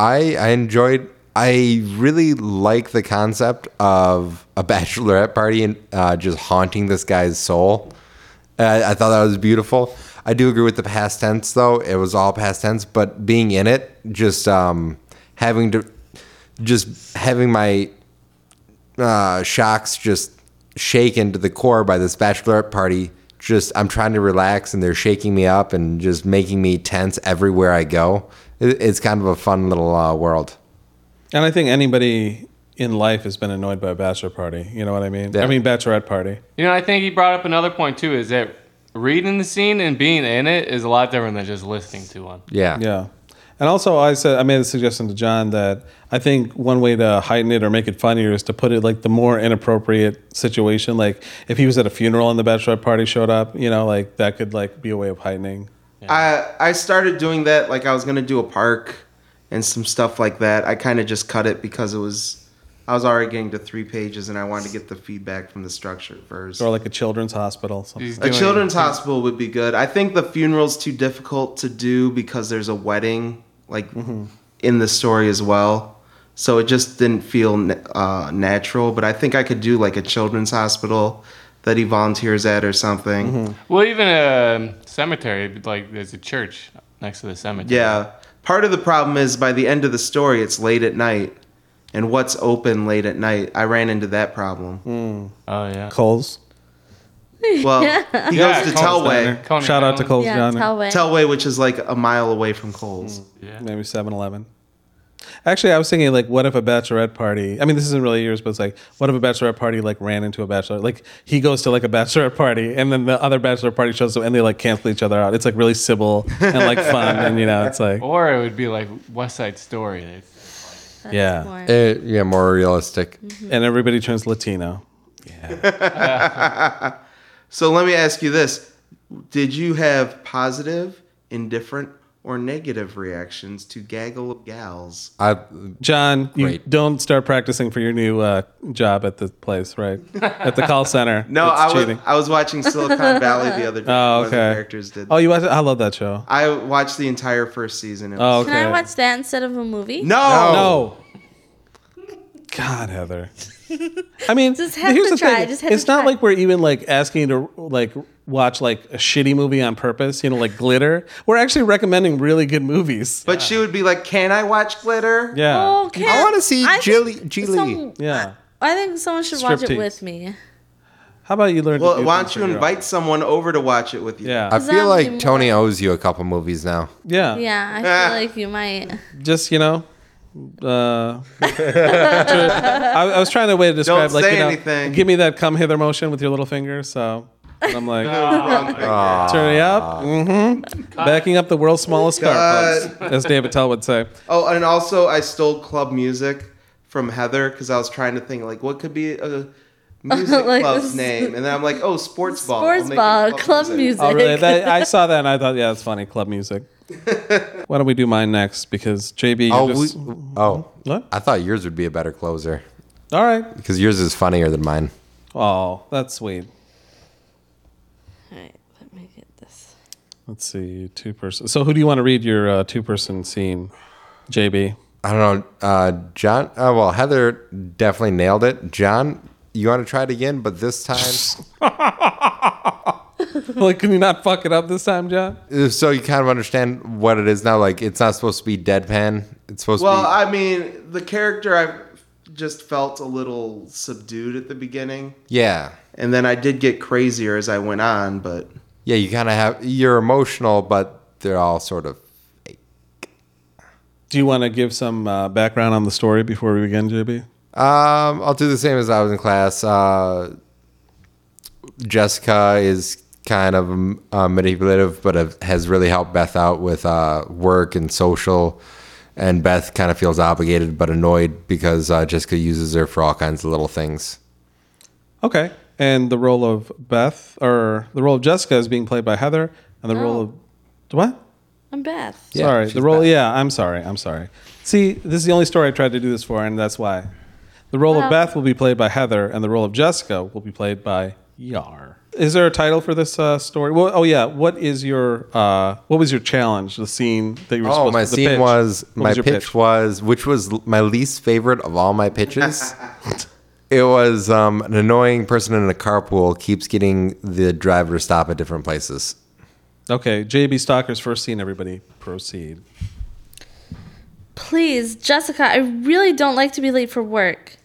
S4: I I enjoyed. I really like the concept of a bachelorette party and uh, just haunting this guy's soul. Uh, I thought that was beautiful. I do agree with the past tense though. It was all past tense, but being in it, just um, having to, just having my uh, shocks just shaken to the core by this bachelorette party. Just I'm trying to relax and they're shaking me up and just making me tense everywhere I go. It, it's kind of a fun little uh, world.
S1: And I think anybody in life has been annoyed by a bachelor party. You know what I mean?
S4: Yeah.
S1: I mean bachelorette party.
S3: You know, I think he brought up another point too. Is that reading the scene and being in it is a lot different than just listening to one.
S4: Yeah.
S1: Yeah. And also, I said I made a suggestion to John that I think one way to heighten it or make it funnier is to put it like the more inappropriate situation. Like if he was at a funeral and the bachelor party showed up, you know, like that could like be a way of heightening.
S2: I I started doing that like I was gonna do a park and some stuff like that. I kind of just cut it because it was I was already getting to three pages and I wanted to get the feedback from the structure first.
S1: Or like a children's hospital. Something.
S3: He's
S2: a
S3: doing-
S2: children's hospital would be good. I think the funeral's too difficult to do because there's a wedding like in the story as well. So it just didn't feel na- uh, natural. But I think I could do like a children's hospital that he volunteers at or something.
S3: Well, even a um, cemetery, like there's a church next to the cemetery.
S2: Yeah. Part of the problem is by the end of the story, it's late at night. And what's open late at night? I ran into that problem.
S3: Oh yeah.
S1: Coles.
S2: Well, he
S3: Yeah,
S2: goes to
S3: Cole's
S2: Telway.
S3: Coney
S1: Shout out to
S3: Island.
S1: Coles
S5: Yeah,
S1: John.
S5: Telway.
S2: Telway, which is like a mile away from Cole's.
S1: Mm.
S3: Yeah.
S1: maybe 7-Eleven. Actually, I was thinking like, what if a bachelorette party? I mean, this isn't really yours, but it's like, what if a bachelorette party like ran into a bachelor? Like he goes to like a bachelorette party, and then the other bachelor party shows up, and they like cancel each other out. It's like really civil and like fun, and you know, it's like
S3: Or it would be like West Side Story. It's-
S5: That's
S1: Yeah.
S5: more-
S4: Eh, yeah, more realistic.
S5: Mm-hmm.
S1: and everybody turns Latino.
S2: So let me ask you this Did you have positive, indifferent, or negative reactions to Gaggle of Gals?
S4: I
S1: John, you
S4: Great.
S1: don't start practicing for your new uh, job at the place, right? At the call center.
S2: No,
S1: It's
S2: I was,
S1: cheating.
S2: I was watching Silicon Valley the other day.
S1: Oh,
S2: One of the
S1: okay.
S2: characters did.
S1: Oh, you watch? I love that show.
S2: I watched the entire first season. It
S1: Oh,
S2: was-
S1: okay.
S5: Can I watch that instead of a movie?
S2: no!
S1: No. Oh. God, Heather. I mean,
S5: Just have
S1: here's
S5: to
S1: the
S5: try,
S1: thing.
S5: just have
S1: it's
S5: to
S1: not
S5: try.
S1: like we're even like asking you to like watch like a shitty movie on purpose. You know, like Glitter. We're actually recommending really good movies.
S2: But she would be like, "Can I watch glitter?"
S1: yeah.
S5: Oh, can-
S4: I wanna see
S5: I think
S4: Jilly- Jilly.
S5: some-
S1: Yeah.
S5: I think someone should watch it
S1: Striptease.
S5: with me.
S1: How about you learn? to
S2: Well,
S1: do
S2: why
S1: things
S2: don't you
S1: on your
S2: invite someone over to watch it with
S1: own?
S2: you?
S4: I
S1: Yeah.
S5: Zombie
S4: feel like
S5: movie.
S4: Tony owes you a couple movies now.
S1: Yeah.
S5: Yeah, I
S4: Ah.
S5: feel like you might.
S1: Just you know. Uh, I, I was trying to way to describe like
S2: say
S1: you know,
S2: anything.
S1: give me that come hither motion with your little finger. So and I'm like,
S2: Wrong thing.
S1: turn it
S4: Ah.
S1: up, mm-hmm. backing up the world's smallest car, folks, as David Tell would say.
S2: Oh, and also I stole club music from Heather because I was trying to think like what could be a music
S5: Like
S2: club's
S5: this-
S2: name, and then I'm like, oh, sports ball. I'll
S5: Sports
S2: make it
S5: ball, club music.
S1: Oh, really? That, I saw that and I thought, yeah, that's funny. Club music. Why don't we do mine next? Because JB, you
S4: Oh,
S1: just, Hmm?
S4: we, oh,
S1: what?
S4: I thought yours would be a better closer
S1: All right.
S4: because yours is funnier than mine.
S1: Oh, that's sweet.
S5: All right, let me get this.
S1: Let's see, two person. So, who do you want to read your uh, two person scene? JB.
S4: I don't know. Uh, John, uh, well, Heather definitely nailed it. John, you want to try it again, but this time,
S1: like, can you not fuck it up this time, John?
S4: uh, so you kind of understand what it is now. Like, it's not supposed to be deadpan. It's supposed
S2: Well,
S4: to
S2: I mean, the character I just felt a little subdued at the beginning,
S4: be. yeah.
S2: and then I did get crazier as I went on, but
S4: Yeah, you kind of have, you're emotional, but they're all sort of.
S1: Do you want to give some uh, background on the story before we begin, JB?
S4: Um, I'll do the same as I was in class. Uh, Jessica is kind of um, uh, manipulative, but have- has really helped Beth out with uh, work and social. And Beth kind of feels obligated but annoyed because uh, Jessica uses her for all kinds of little things.
S1: Okay. And the role of Beth, or the role of Jessica, is being played by Heather, and the role
S5: Oh.
S1: of what?
S5: I'm Beth.
S4: Yeah,
S1: sorry. The
S4: she's
S1: role,
S4: bad.
S1: yeah, I'm sorry. I'm sorry. See, this is the only story I tried to do this for, and that's why. The role of
S5: Well-
S1: Beth will be played by Heather, and the role of Jessica will be played by Yar. Is there a title for this uh, story? Well, oh yeah. What is your uh, what was your challenge? The scene that you were
S4: Oh,
S1: supposed
S4: my
S1: to, the
S4: scene
S1: pitch.
S4: was
S1: What
S4: my
S1: your
S4: pitch, was which was l- my least favorite of all my pitches. it was um, an annoying person in a carpool keeps getting the driver to stop at different places.
S1: okay. JB Stalker's first scene. Everybody proceed.
S5: Please, Jessica, I really don't like to be late for work.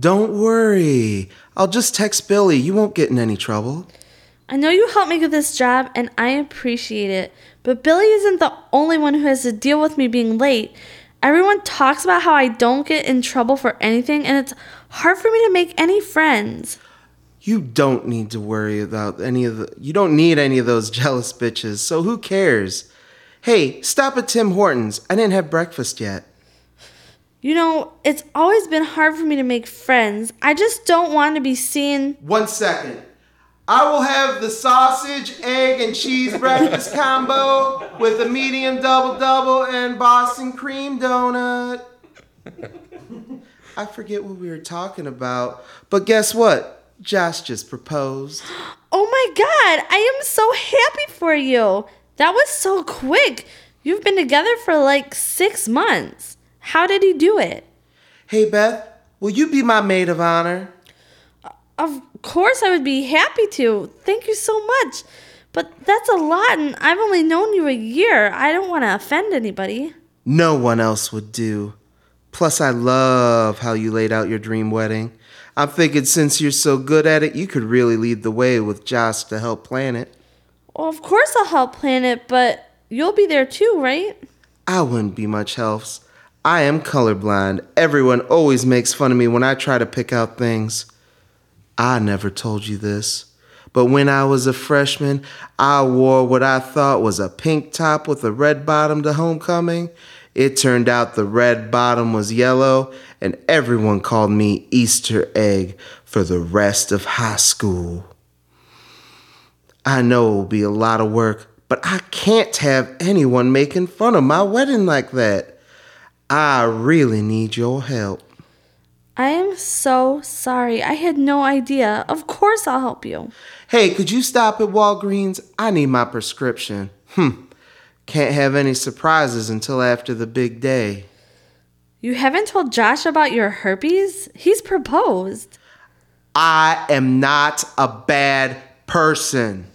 S2: don't worry, I'll just text Billy. You won't get in any trouble.
S5: I know you helped me get this job and I appreciate it, but Billy isn't the only one who has to deal with me being late. Everyone talks about how I don't get in trouble for anything and it's hard for me to make any friends.
S2: You don't need to worry about any of the. You don't need any of those jealous bitches. So who cares? Hey, stop at Tim Hortons. I didn't have breakfast yet.
S5: You know, it's always been hard for me to make friends. I just don't want to be seen.
S2: One second. I will have the sausage, egg, and cheese breakfast combo with a medium double double and Boston cream donut. I forget what we were talking about, but guess what? Josh just proposed.
S5: Oh my god, I am so happy for you. That was so quick. You've been together for like six months. How did he do it?
S2: Hey, Beth, will you be my maid of honor?
S5: Of course, I would be happy to. Thank you so much. But that's a lot, and I've only known you a year. I don't want to offend anybody.
S2: No one else would do. Plus, I love how you laid out your dream wedding. I'm thinking since you're so good at it, you could really lead the way with Josh to help plan it.
S5: Well, of course, I'll help plan it, but you'll be there too, right?
S2: I wouldn't be much help. I am colorblind. Everyone always makes fun of me when I try to pick out things. I never told you this, but when I was a freshman, I wore what I thought was a pink top with a red bottom to homecoming. It turned out the red bottom was yellow, and everyone called me Easter Egg for the rest of high school. I know it will be a lot of work, but I can't have anyone making fun of my wedding like that. I really need your help.
S5: I am so sorry. I had no idea. Of course, I'll help you.
S2: Hey, could you stop at Walgreens? I need my prescription. Hmm. Can't have any surprises until after the big day.
S5: You haven't told Josh about your herpes? He's proposed.
S2: I am not a bad person.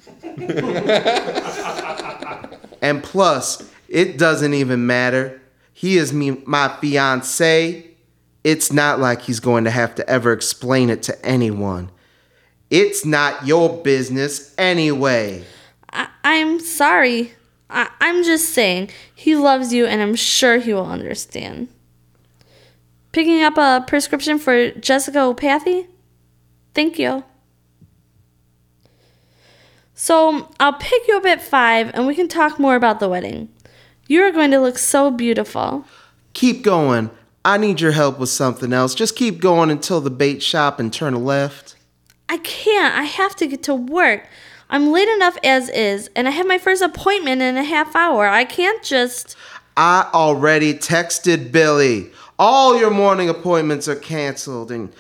S2: and plus, it doesn't even matter. He is me, my fiance. It's not like he's going to have to ever explain it to anyone. It's not your business anyway.
S5: I- I'm sorry. I- I'm just saying, he loves you and I'm sure he will understand. Picking up a prescription for Jessica Opathy? Thank you. So, I'll pick you up at 5 and we can talk more about the wedding. You are going to look so beautiful.
S2: Keep going. I need your help with something else. Just keep going until the bait shop and turn left.
S5: I can't. I have to get to work. I'm late enough as is, and I have my first appointment in a half hour. I can't just.
S2: I already texted Billy. All your morning appointments are canceled and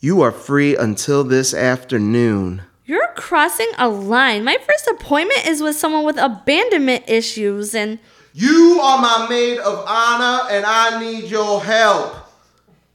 S2: you are free until this afternoon.
S5: You're crossing a line. My first appointment is with someone with abandonment issues, and
S2: You are my maid of honor and I need your help.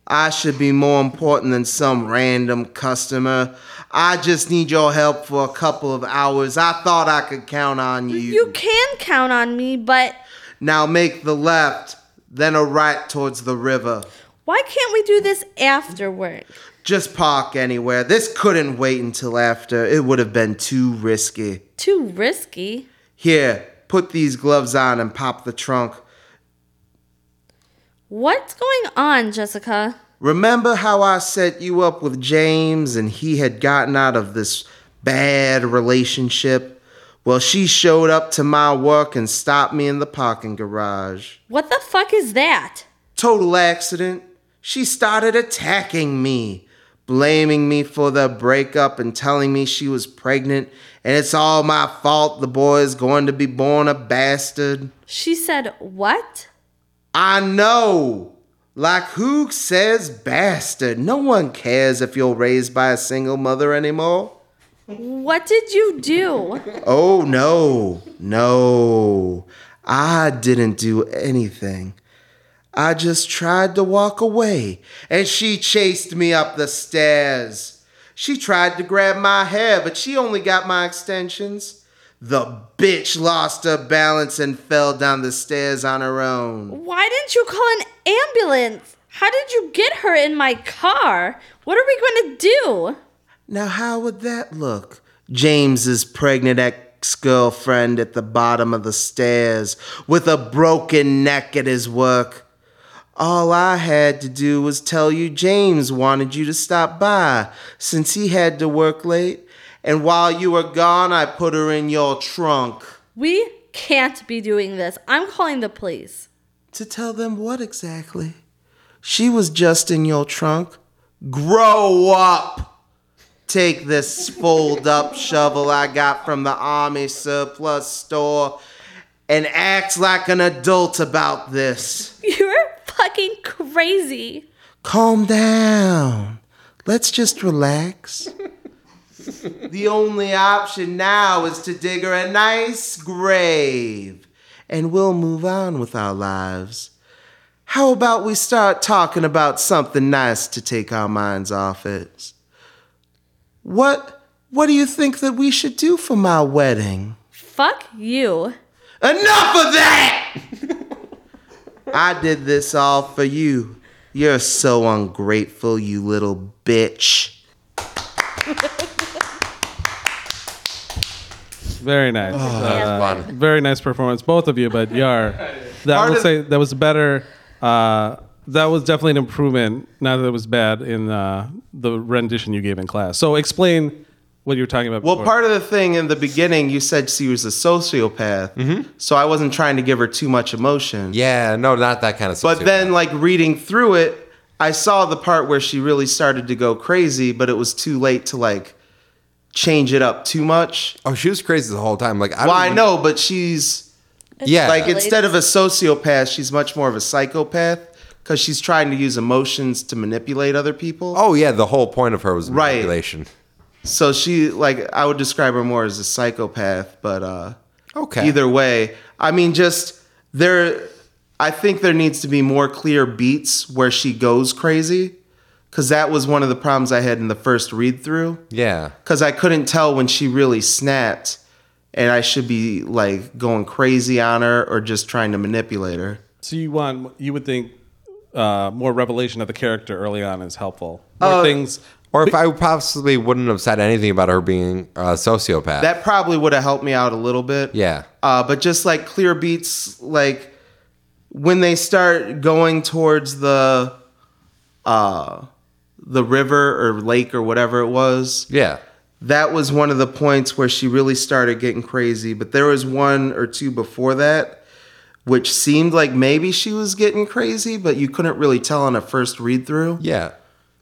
S2: I should be more important than some random customer. I just need your help for a couple of hours. I thought I could count on you.
S5: you can count on me, but
S2: Now make the left, then a right towards the river.
S5: why can't we do this after work?
S2: Just park anywhere. This couldn't wait until after. It would have been too risky.
S5: Too risky.
S2: Here, put these gloves on and pop the trunk.
S5: What's going on, Jessica?
S2: Remember how I set you up with James and he had gotten out of this bad relationship? Well, she showed up to my work and stopped me in the parking garage.
S5: What the fuck is that?
S2: Total accident. She started attacking me, blaming me for the breakup and telling me she was pregnant and it's all my fault the boy is going to be born a bastard.
S5: She said, What?
S2: I know. Like, who says bastard? No one cares if you're raised by a single mother anymore.
S5: What did you do?
S2: Oh, no, no. I didn't do anything. I just tried to walk away, and she chased me up the stairs. She tried to grab my hair, but she only got my extensions. The bitch lost her balance and fell down the stairs on her own.
S5: Why didn't you call an ambulance? How did you get her in my car? What are we going to do?
S2: Now, how would that look? James's pregnant ex girlfriend at the bottom of the stairs with a broken neck at his work. All I had to do was tell you James wanted you to stop by since he had to work late, and while you were gone, I put her in your trunk.
S5: We can't be doing this. I'm calling the police.
S2: To tell them what exactly? She was just in your trunk. Grow up! Take this fold up shovel I got from the army surplus store and act like an adult about this.
S5: You're fucking crazy.
S2: Calm down. Let's just relax. the only option now is to dig her a nice grave and we'll move on with our lives. How about we start talking about something nice to take our minds off it? What what do you think that we should do for my wedding?
S5: Fuck you.
S2: Enough of that! I did this all for you. You're so ungrateful, you little bitch.
S1: Very nice. Uh,
S4: Fun.
S1: very nice performance, both of you. But Yar, that I
S2: Part
S1: would
S2: of-
S1: say that was better. Uh, that was definitely an improvement. Not that it was bad in uh, the rendition you gave in class. So explain what you were talking about.
S2: Well,
S1: before.
S2: part of the thing in the beginning, you said she was a sociopath, so I wasn't trying to give her too much emotion.
S4: Mm-hmm. Yeah, no, not that kind of stuff.
S2: But then, like reading through it, I saw the part where she really started to go crazy, but it was too late to like change it up too much.
S4: oh, she was crazy the whole time. Like, I don't
S2: Well, I
S4: even-
S2: know, but she's
S4: Yeah,
S2: like
S4: like
S5: it's-
S2: instead of a sociopath, she's much more of a psychopath because she's trying to use emotions to manipulate other people.
S4: oh yeah, the whole point of her was
S2: Right.
S4: manipulation.
S2: So she like I would describe her more as a psychopath, but uh
S4: Okay.
S2: either way, I mean just there I think there needs to be more clear beats where she goes crazy cuz that was one of the problems I had in the first read through
S4: Yeah.
S2: cuz I couldn't tell when she really snapped and I should be like going crazy on her or just trying to manipulate her.
S1: so you want you would think uh, more revelation of the character early on is helpful. More things.
S4: Or if I possibly wouldn't have said anything about her being a sociopath.
S2: That probably would have helped me out a little bit.
S4: yeah.
S2: Uh, but just like clear beats, like when they start going towards the uh, the river or lake or whatever it was,
S4: Yeah.
S2: that was one of the points where she really started getting crazy. But there was one or two before that, which seemed like maybe she was getting crazy, but you couldn't really tell on a first read through.
S4: Yeah.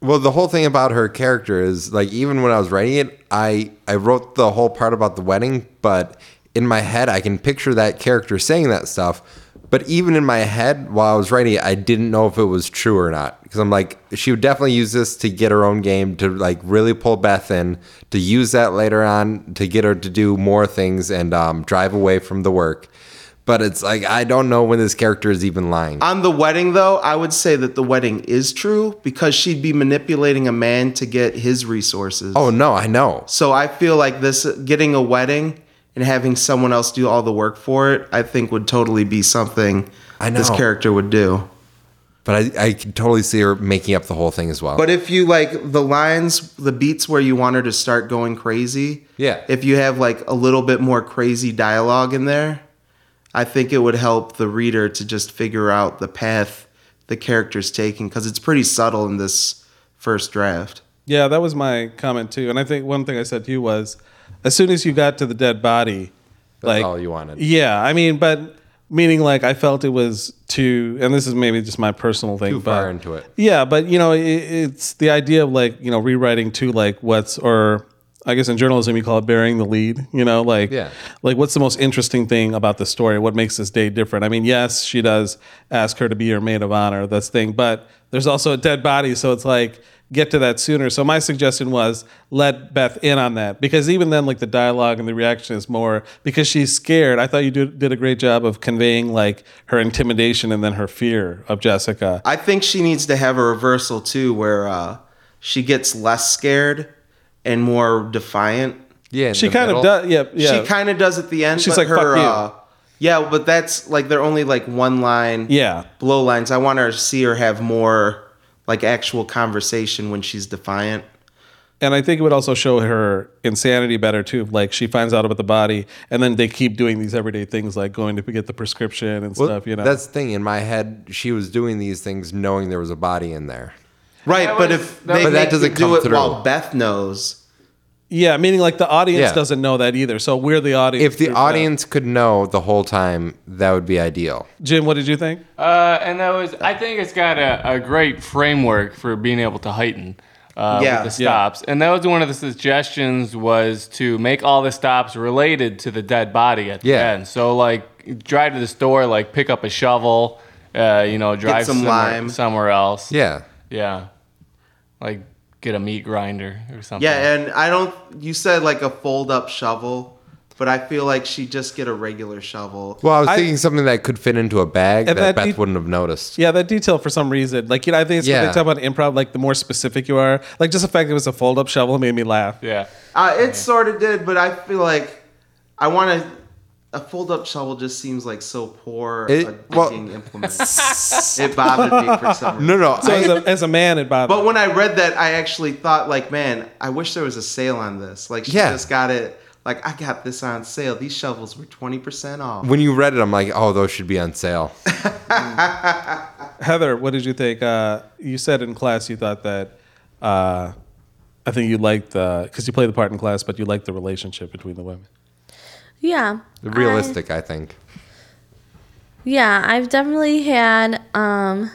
S4: Well, the whole thing about her character is like even when I was writing it, I I wrote the whole part about the wedding, but in my head I can picture that character saying that stuff. But even in my head while I was writing it, I didn't know if it was true or not because I'm like she would definitely use this to get her own game to like really pull Beth in to use that later on to get her to do more things and um, drive away from the work. But it's like I don't know when this character is even lying.
S2: On the wedding, though, I would say that the wedding is true because she'd be manipulating a man to get his resources.
S4: oh no, I know.
S2: So I feel like this getting a wedding and having someone else do all the work for it, I think would totally be something
S4: I
S2: this
S4: know.
S2: character would do.
S4: But I, I can totally see her making up the whole thing as well.
S2: But if you like the lines, the beats where you want her to start going crazy,
S4: Yeah.
S2: If you have like a little bit more crazy dialogue in there, I think it would help the reader to just figure out the path the character's taking because it's pretty subtle in this first draft.
S1: Yeah, that was my comment too. And I think one thing I said to you was, as soon as you got to the dead body, like
S4: all you wanted.
S1: Yeah, I mean, but meaning like I felt it was too, and this is maybe just my personal thing.
S4: Too
S1: but,
S4: far into it.
S1: Yeah, but you know, it, it's the idea of like you know rewriting to like what's or I guess in journalism you call it burying the lead. You know, like
S4: Yeah.
S1: like what's the most interesting thing about the story? What makes this day different? I mean, yes, she does ask her to be your maid of honor. That's thing, but there's also a dead body, so it's like get to that sooner. So my suggestion was let Beth in on that because even then, like the dialogue and the reaction is more because she's scared. I thought you did, did a great job of conveying like her intimidation and then her fear of Jessica.
S2: I think she needs to have a reversal too, where uh, she gets less scared and more defiant.
S4: yeah, in
S1: She
S4: the
S1: kind
S4: middle.
S1: of does. Yeah, yeah.
S2: She kind of does at the end.
S1: She's
S2: but
S1: like,
S2: her,
S1: "Fuck you."
S2: Uh, yeah, but that's like they're only like one line.
S1: Yeah.
S2: blow lines. I want her to see her have more like actual conversation when she's defiant.
S1: And I think it would also show her insanity better too. Like she finds out about the body, and then they keep doing these everyday things like going to get the prescription and
S4: Well,
S1: stuff. You know,
S4: That's the thing. In my head, she was doing these things knowing there was a body in there.
S2: Right,
S3: That
S2: but
S3: was-
S2: if
S3: that
S2: they
S3: was-
S4: But that
S2: make you
S4: doesn't
S2: do
S4: come
S2: it
S4: through.
S2: while Beth knows,
S1: Yeah, meaning like the audience
S4: Yeah.
S1: doesn't know that either. So we're the audience.
S4: If the
S1: group now.
S4: audience could know the whole time, that would be ideal.
S1: Jim, what did you think?
S3: Uh, and that was, I think it's got a, a great framework for being able to heighten uh,
S2: Yeah.
S3: with the
S1: Yeah.
S3: stops. And that was one of the suggestions was to make all the stops related to the dead body at the
S4: Yeah.
S3: end. So like drive to the store, like pick up a shovel, uh, you know, drive
S2: some
S3: somewhere,
S2: lime.
S3: somewhere else.
S4: Yeah.
S3: Yeah. Like get a meat grinder or something.
S2: Yeah, and I don't. You said like a fold up shovel, but I feel like she just get a regular shovel.
S4: Well, I was
S1: I-
S4: thinking something that could fit into a bag that,
S1: And that
S4: Beth
S1: it-
S4: wouldn't have noticed.
S1: Yeah, that detail for some reason. Like, you know, I think it's when
S4: Yeah.
S1: they talk about improv, like the more specific you are, like just the fact that it was a fold up shovel made me laugh.
S3: Yeah.
S2: Uh, it sort of did, but I feel like I want to. A fold up shovel just seems like so poor
S4: It-
S2: a
S4: well-
S2: digging implement. it bothered me for some reason.
S4: No, no.
S1: So
S4: I-
S1: as a, as a man, it bothered
S2: But when I read that, I actually thought, like, man, I wish there was a sale on this. Like, she
S4: Yeah.
S2: just got it. Like, I got this on sale. These shovels were 20% off.
S4: when you read it, I'm like, oh, those should be on sale.
S1: Heather, what did you think? Uh, you said in class you thought that uh, I think you liked the because you played the part in class, but you liked the relationship between the women.
S5: Yeah. I-
S4: Realistic, I think.
S5: Yeah, I've definitely had um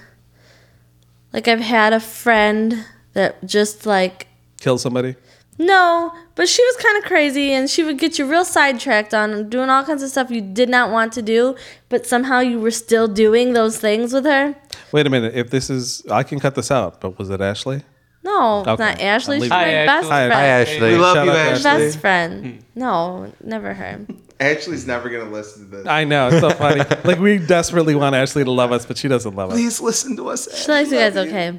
S5: like I've had a friend that just like
S1: Kill somebody.
S5: no, but she was kind of crazy and she would get you real sidetracked on doing all kinds of stuff you did not want to do, but somehow you were still doing those things with her.
S1: Wait a minute. If this is, I can cut this out. But was it Ashley?
S5: No, it's
S1: Okay,
S5: not Ashley.
S1: I'll
S5: She's
S1: leave
S5: my
S3: it. Hi,
S5: best
S3: Ashley.
S5: friend.
S4: Hi,
S2: We
S4: Ashley.
S2: love
S1: Shout
S2: you,
S1: out to
S2: Ashley.
S5: Best friend. No, never her.
S2: Ashley's never going to listen to this.
S1: I know it's so funny. like we desperately want Ashley to love us, but she doesn't love us.
S2: Please listen to us.
S5: She likes you guys okay.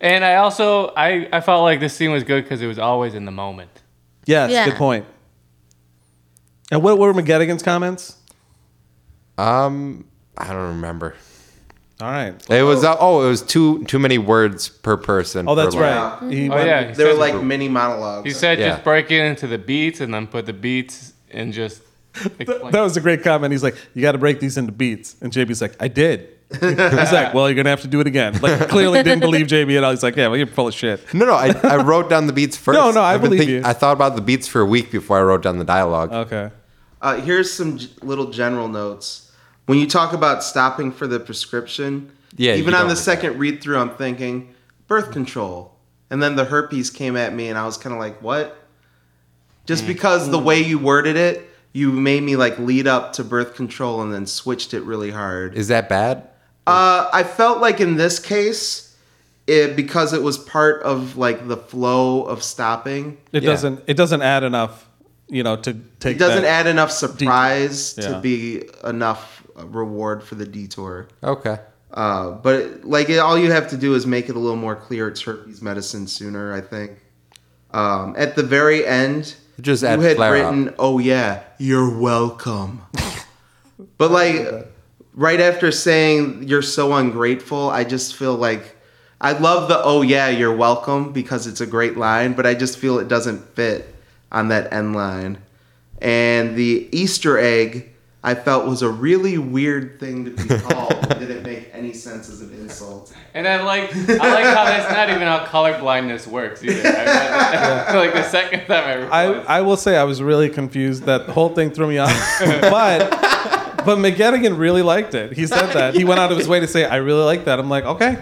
S3: And I also, I, I felt like this scene was good because it was always in the moment.
S1: Yes,
S5: Yeah.
S1: good point. And what were McGettigan's comments?
S4: Um, I don't remember.
S1: All right.
S4: It was uh, oh, it was too too many words per person.
S1: Oh, that's
S4: per line.
S1: right. He
S3: Oh
S1: wanted-
S3: yeah, he
S2: They were
S3: said-
S2: like mini monologues.
S3: He said
S4: Yeah.
S3: just break it into the beats and then put the beats and just explain.
S1: That was a great comment. He's like, "You got to break these into beats," and JB's like, "I did." He's like, "Well, you're gonna have to do it again." Like, clearly didn't believe JB at all. He's like, "Yeah, well, you're full of shit."
S4: No, no, I, I wrote down the beats first.
S1: No, no, I
S4: been
S1: believe
S4: thinking-
S1: you. Oh.
S4: I thought about the beats for a week before I wrote down the dialogue.
S1: Okay.
S2: Uh, here's some g- little general notes. When you talk about stopping for the prescription,
S4: Yeah,
S2: even
S4: you
S2: on the
S4: don't-
S2: second read through, I'm thinking birth control. And then the herpes came at me, and I was kind of like, what?
S4: Mm.
S2: Just because the way you worded it, you made me like lead up to birth control and then switched it really hard.
S4: Is that bad?
S2: Uh, I felt like in this case, it because it was part of like the flow of stopping.
S1: It
S4: Yeah.
S1: doesn't. It doesn't add enough. You know, to take.
S2: It doesn't
S1: that-
S2: add enough surprise
S1: Yeah.
S2: to be enough reward for the detour.
S4: Okay.
S2: Uh, but it, like it, all you have to do is make it a little more clear. It's herpes medicine sooner, I think. Um, at the very end,
S4: Just
S2: you
S4: add
S2: had
S4: flare up.
S2: written, "Oh yeah, you're welcome." but like right after saying you're so ungrateful, I just feel like I love the "Oh yeah, you're welcome" because it's a great line, but I just feel it doesn't fit on that end line. And the Easter egg I felt was a really weird thing to be called. it didn't make any sense as an insult.
S3: and I like I like how that's not even how color blindness works either. I read that, like the second time I
S1: I,
S3: realized.
S1: I will say I was really confused. That whole thing threw me off. but but McGettigan really liked it. He said that. He went out of his way to say, "I really like that." I'm like, okay.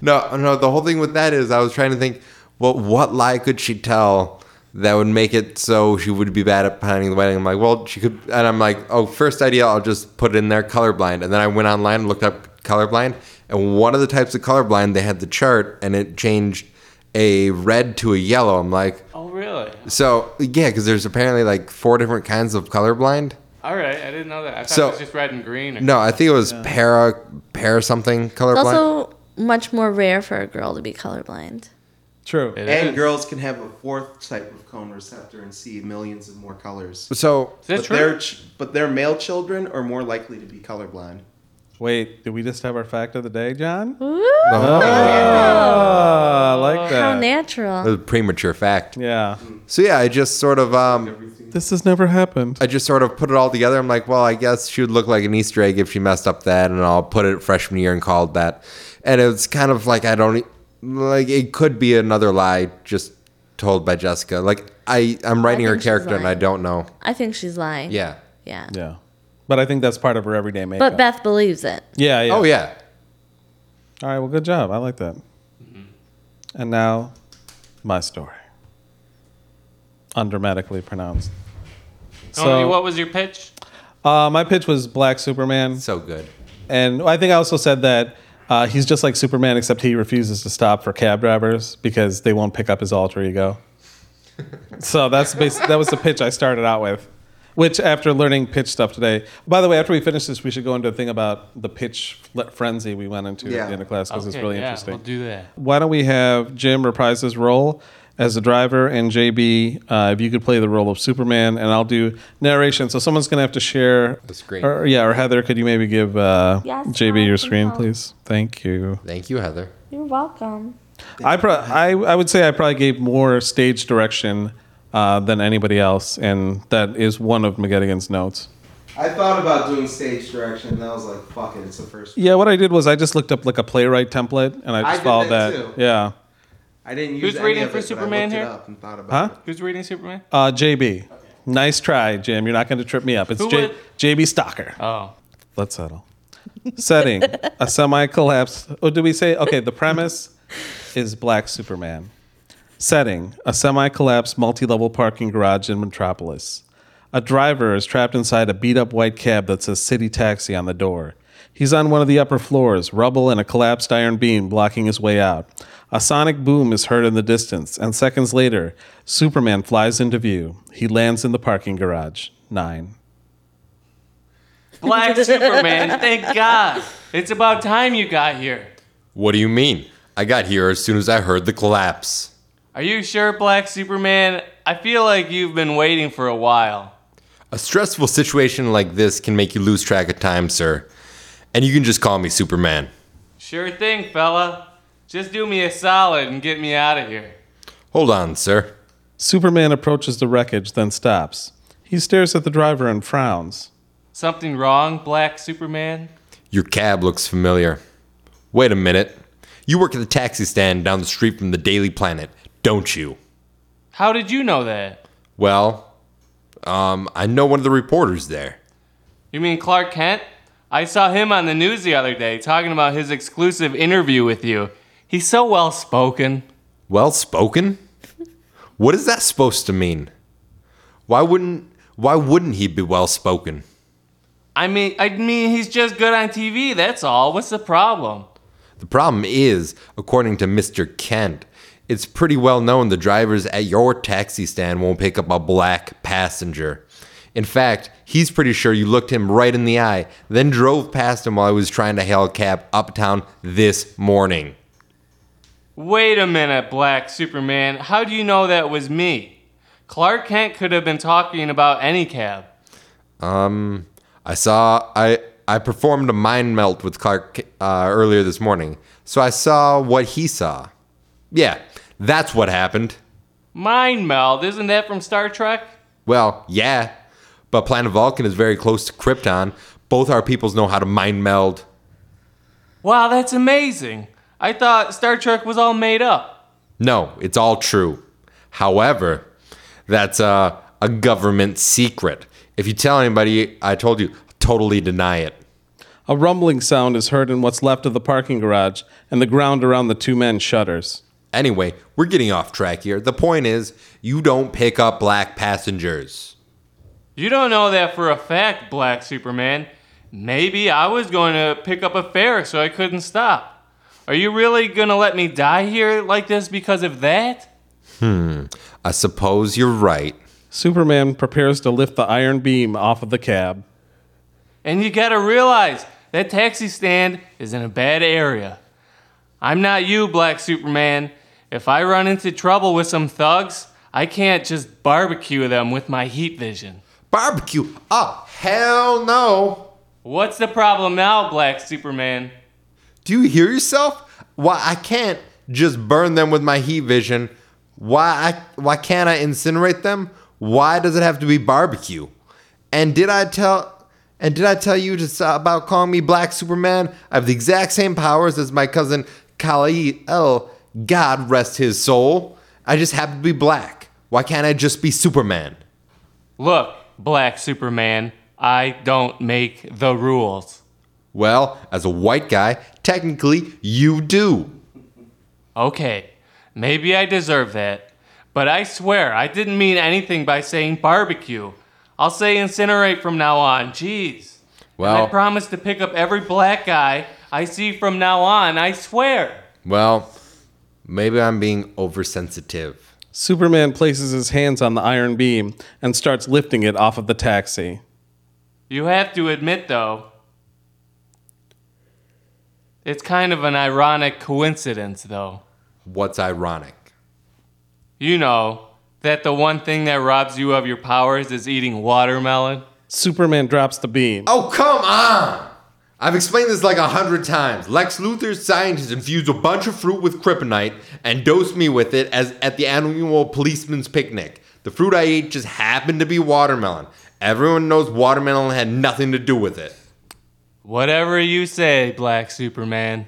S4: No, no. The whole thing with that is I was trying to think, well, what lie could she tell that would make it so she would be bad at planning the wedding? I'm like, well, she could, and I'm like, oh, first idea, I'll just put in there colorblind, and then I went online and looked up colorblind, and one of the types of colorblind they had the chart, and it changed a red to a yellow. I'm like,
S3: oh really?
S4: so yeah, because there's apparently like four different kinds of colorblind.
S3: All right, I didn't know that. I thought
S4: So-
S3: it was just red and green. Or,
S4: No, I think it was para para something colorblind.
S5: It's also much more rare for a girl to be colorblind.
S1: True.
S3: It
S2: And
S3: is.
S2: girls can have a fourth type of cone receptor and see millions of more colors.
S4: so
S3: Is that
S2: but
S3: true?
S2: their ch- but their male children are more likely to be colorblind.
S1: Wait, did we just have our fact of the day,
S2: Oh,
S1: John?
S5: Ooh,
S4: uh,
S1: Ah, I
S3: Oh.
S1: like
S5: how
S1: that.
S4: it was
S5: natural.
S4: a premature fact.
S1: Yeah.
S4: So yeah, I just sort of um
S1: This has never happened.
S4: I just sort of put it all together. I'm like, well, I guess she would look like an Easter egg if she messed up that, and I'll put it freshman year and called that. And it's kind e, of like I don't like it could be another lie just told by Jessica. Like I I'm writing
S5: I
S4: her
S5: think she's
S4: character and I
S5: lying.
S4: don't know.
S5: I think she's lying.
S4: Yeah.
S5: Yeah.
S1: Yeah. But I think that's part of her everyday makeup.
S5: But Beth believes it.
S1: yeah, yeah.
S4: Oh yeah.
S1: All right. Well, good job. I like that. And now, my story. Undramatically pronounced.
S3: Tony,
S1: So,
S3: what was your pitch?
S1: uh, my pitch was Black Superman,
S4: So good.
S1: and I think I also said that uh, he's just like Superman, except he refuses to stop for cab drivers because they won't pick up his alter ego. so that's bas- that was the pitch I started out with. Which, after learning pitch stuff today, by the way, after we finish this, we should go into a thing about the pitch fl- frenzy we went into
S2: Yeah.
S1: at the end of class because
S3: Okay,
S1: it's really
S3: yeah,
S1: interesting
S3: We'll do that.
S1: why don't we have Jim reprise his role as a driver and JB, uh, if you could play the role of Superman, and I'll do narration. So someone's gonna have to share
S4: The screen.
S1: Or, yeah, or Heather, could you maybe give uh,
S5: Yes,
S1: JB
S5: I
S1: your
S5: can
S1: screen,
S5: help.
S1: please? Thank you.
S4: Thank you, Heather.
S5: You're welcome.
S1: I, pro- I I would say I probably gave more stage direction uh, than anybody else, and that is one of McGettigan's notes.
S2: I thought about doing stage direction, and I was like, "Fuck it, it's the first.
S1: Yeah, what I did was I just looked up like a playwright template, and I
S2: I
S1: just
S2: did
S1: followed
S2: that
S1: that.
S2: too.
S1: Yeah,
S2: I didn't use
S3: Who's
S2: any
S3: reading
S2: of
S3: for
S2: it, but I
S3: Superman
S2: looked it
S3: here?
S2: up and thought
S1: huh?
S2: about it.
S3: Who's reading Superman?
S1: Uh, JB. Nice try, Jim. You're not going to trip me up. It's
S3: Who
S1: J-
S3: would-
S1: JB Stalker.
S3: Oh,
S1: Let's settle. Setting a semi collapsed. Oh, did we say? Okay, the premise is Black Superman. Setting a semi collapsed multi level parking garage in Metropolis. A driver is trapped inside a beat up white cab that says City Taxi on the door. He's on one of the upper floors, rubble and a collapsed iron beam blocking his way out. A sonic boom is heard in the distance, and seconds later, Superman flies into view. He lands in the parking garage. Nine.
S3: Black Superman! Thank God! It's about time you got here.
S4: What do you mean? I got here as soon as I heard the collapse.
S3: Are you sure, Black Superman? I feel like you've been waiting for a while.
S4: A stressful situation like this can make you lose track of time, sir. And you can just call me Superman.
S3: Sure thing, fella. Just do me a solid and get me out of here.
S4: Hold on, sir.
S1: Superman approaches the wreckage, then stops. He stares at the driver and frowns.
S3: Something wrong, Black Superman?
S4: Your cab looks familiar. Wait a minute. You work at the taxi stand down the street from the Daily Planet, don't you?
S3: How did you know that?
S4: Well, um, I know one of the reporters there.
S3: You mean Clark Kent? I saw him on the news the other day talking about his exclusive interview with you. He's so well spoken.
S4: Well spoken? What is that supposed to mean? Why wouldn't why wouldn't he be well spoken?
S3: I mean, I mean, he's just good on TV. That's all. What's the problem?
S4: The problem is, according to Mr. Kent, it's pretty well known the drivers at your taxi stand won't pick up a black passenger. In fact, he's pretty sure you looked him right in the eye, then drove past him while I was trying to hail a cab uptown this morning.
S3: Wait a minute, Black Superman. How do you know that was me? Clark Kent could have been talking about any cab.
S4: Um, I saw I I performed a mind melt with Clark uh, earlier this morning, so I saw what he saw. Yeah, that's what happened.
S3: Mind meld, isn't that from Star Trek?
S4: Well, yeah, but Planet Vulcan is very close to Krypton. Both our peoples know how to mind meld.
S3: Wow, that's amazing. I thought Star Trek was all made up.
S4: No, it's all true. However, that's a, a government secret. If you tell anybody, I told you, totally deny it.
S1: A rumbling sound is heard in what's left of the parking garage, and the ground around the two men shudders.
S4: Anyway, we're getting off track here. The point is, you don't pick up black passengers.
S3: You don't know that for a fact, Black Superman. Maybe I was going to pick up a fare so I couldn't stop. Are you really going to let me die here like this because of that?
S4: I suppose you're right.
S1: Superman prepares to lift the iron beam off of the cab.
S3: And you gotta realize that taxi stand is in a bad area. I'm not you, Black Superman. If I run into trouble with some thugs, I can't just barbecue them with my heat vision.
S4: Barbecue? Oh, hell no.
S3: What's the problem now, Black Superman?
S4: Do you hear yourself? Why I can't just burn them with my heat vision. Why I why can't I incinerate them? Why does it have to be barbecue? And did I tell and did I tell you to stop about calling me Black Superman? I have the exact same powers as my cousin Kali El. God rest his soul. I just happen to be black. Why can't I just be Superman?
S3: Look, Black Superman, I don't make the rules.
S4: Well, as a white guy, technically you do.
S3: Okay, maybe I deserve that, but I swear I didn't mean anything by saying barbecue. I'll say incinerate from now on. Jeez. And
S4: Well-
S3: I promise to pick up every black guy I see from now on. I swear.
S4: Well, maybe I'm being oversensitive.
S1: Superman places his hands on the iron beam and starts lifting it off of the taxi.
S3: You have to admit, though, it's kind of an ironic coincidence, though.
S4: What's ironic?
S3: You know that the one thing that robs you of your powers is eating watermelon.
S1: Superman drops the beam.
S4: Oh, come on! I've explained this like a hundred times. Lex Luthor's scientist infused a bunch of fruit with kryptonite and dosed me with it as at the annual policeman's picnic. The fruit I ate just happened to be watermelon. Everyone knows watermelon had nothing to do with it.
S3: Whatever you say, Black Superman.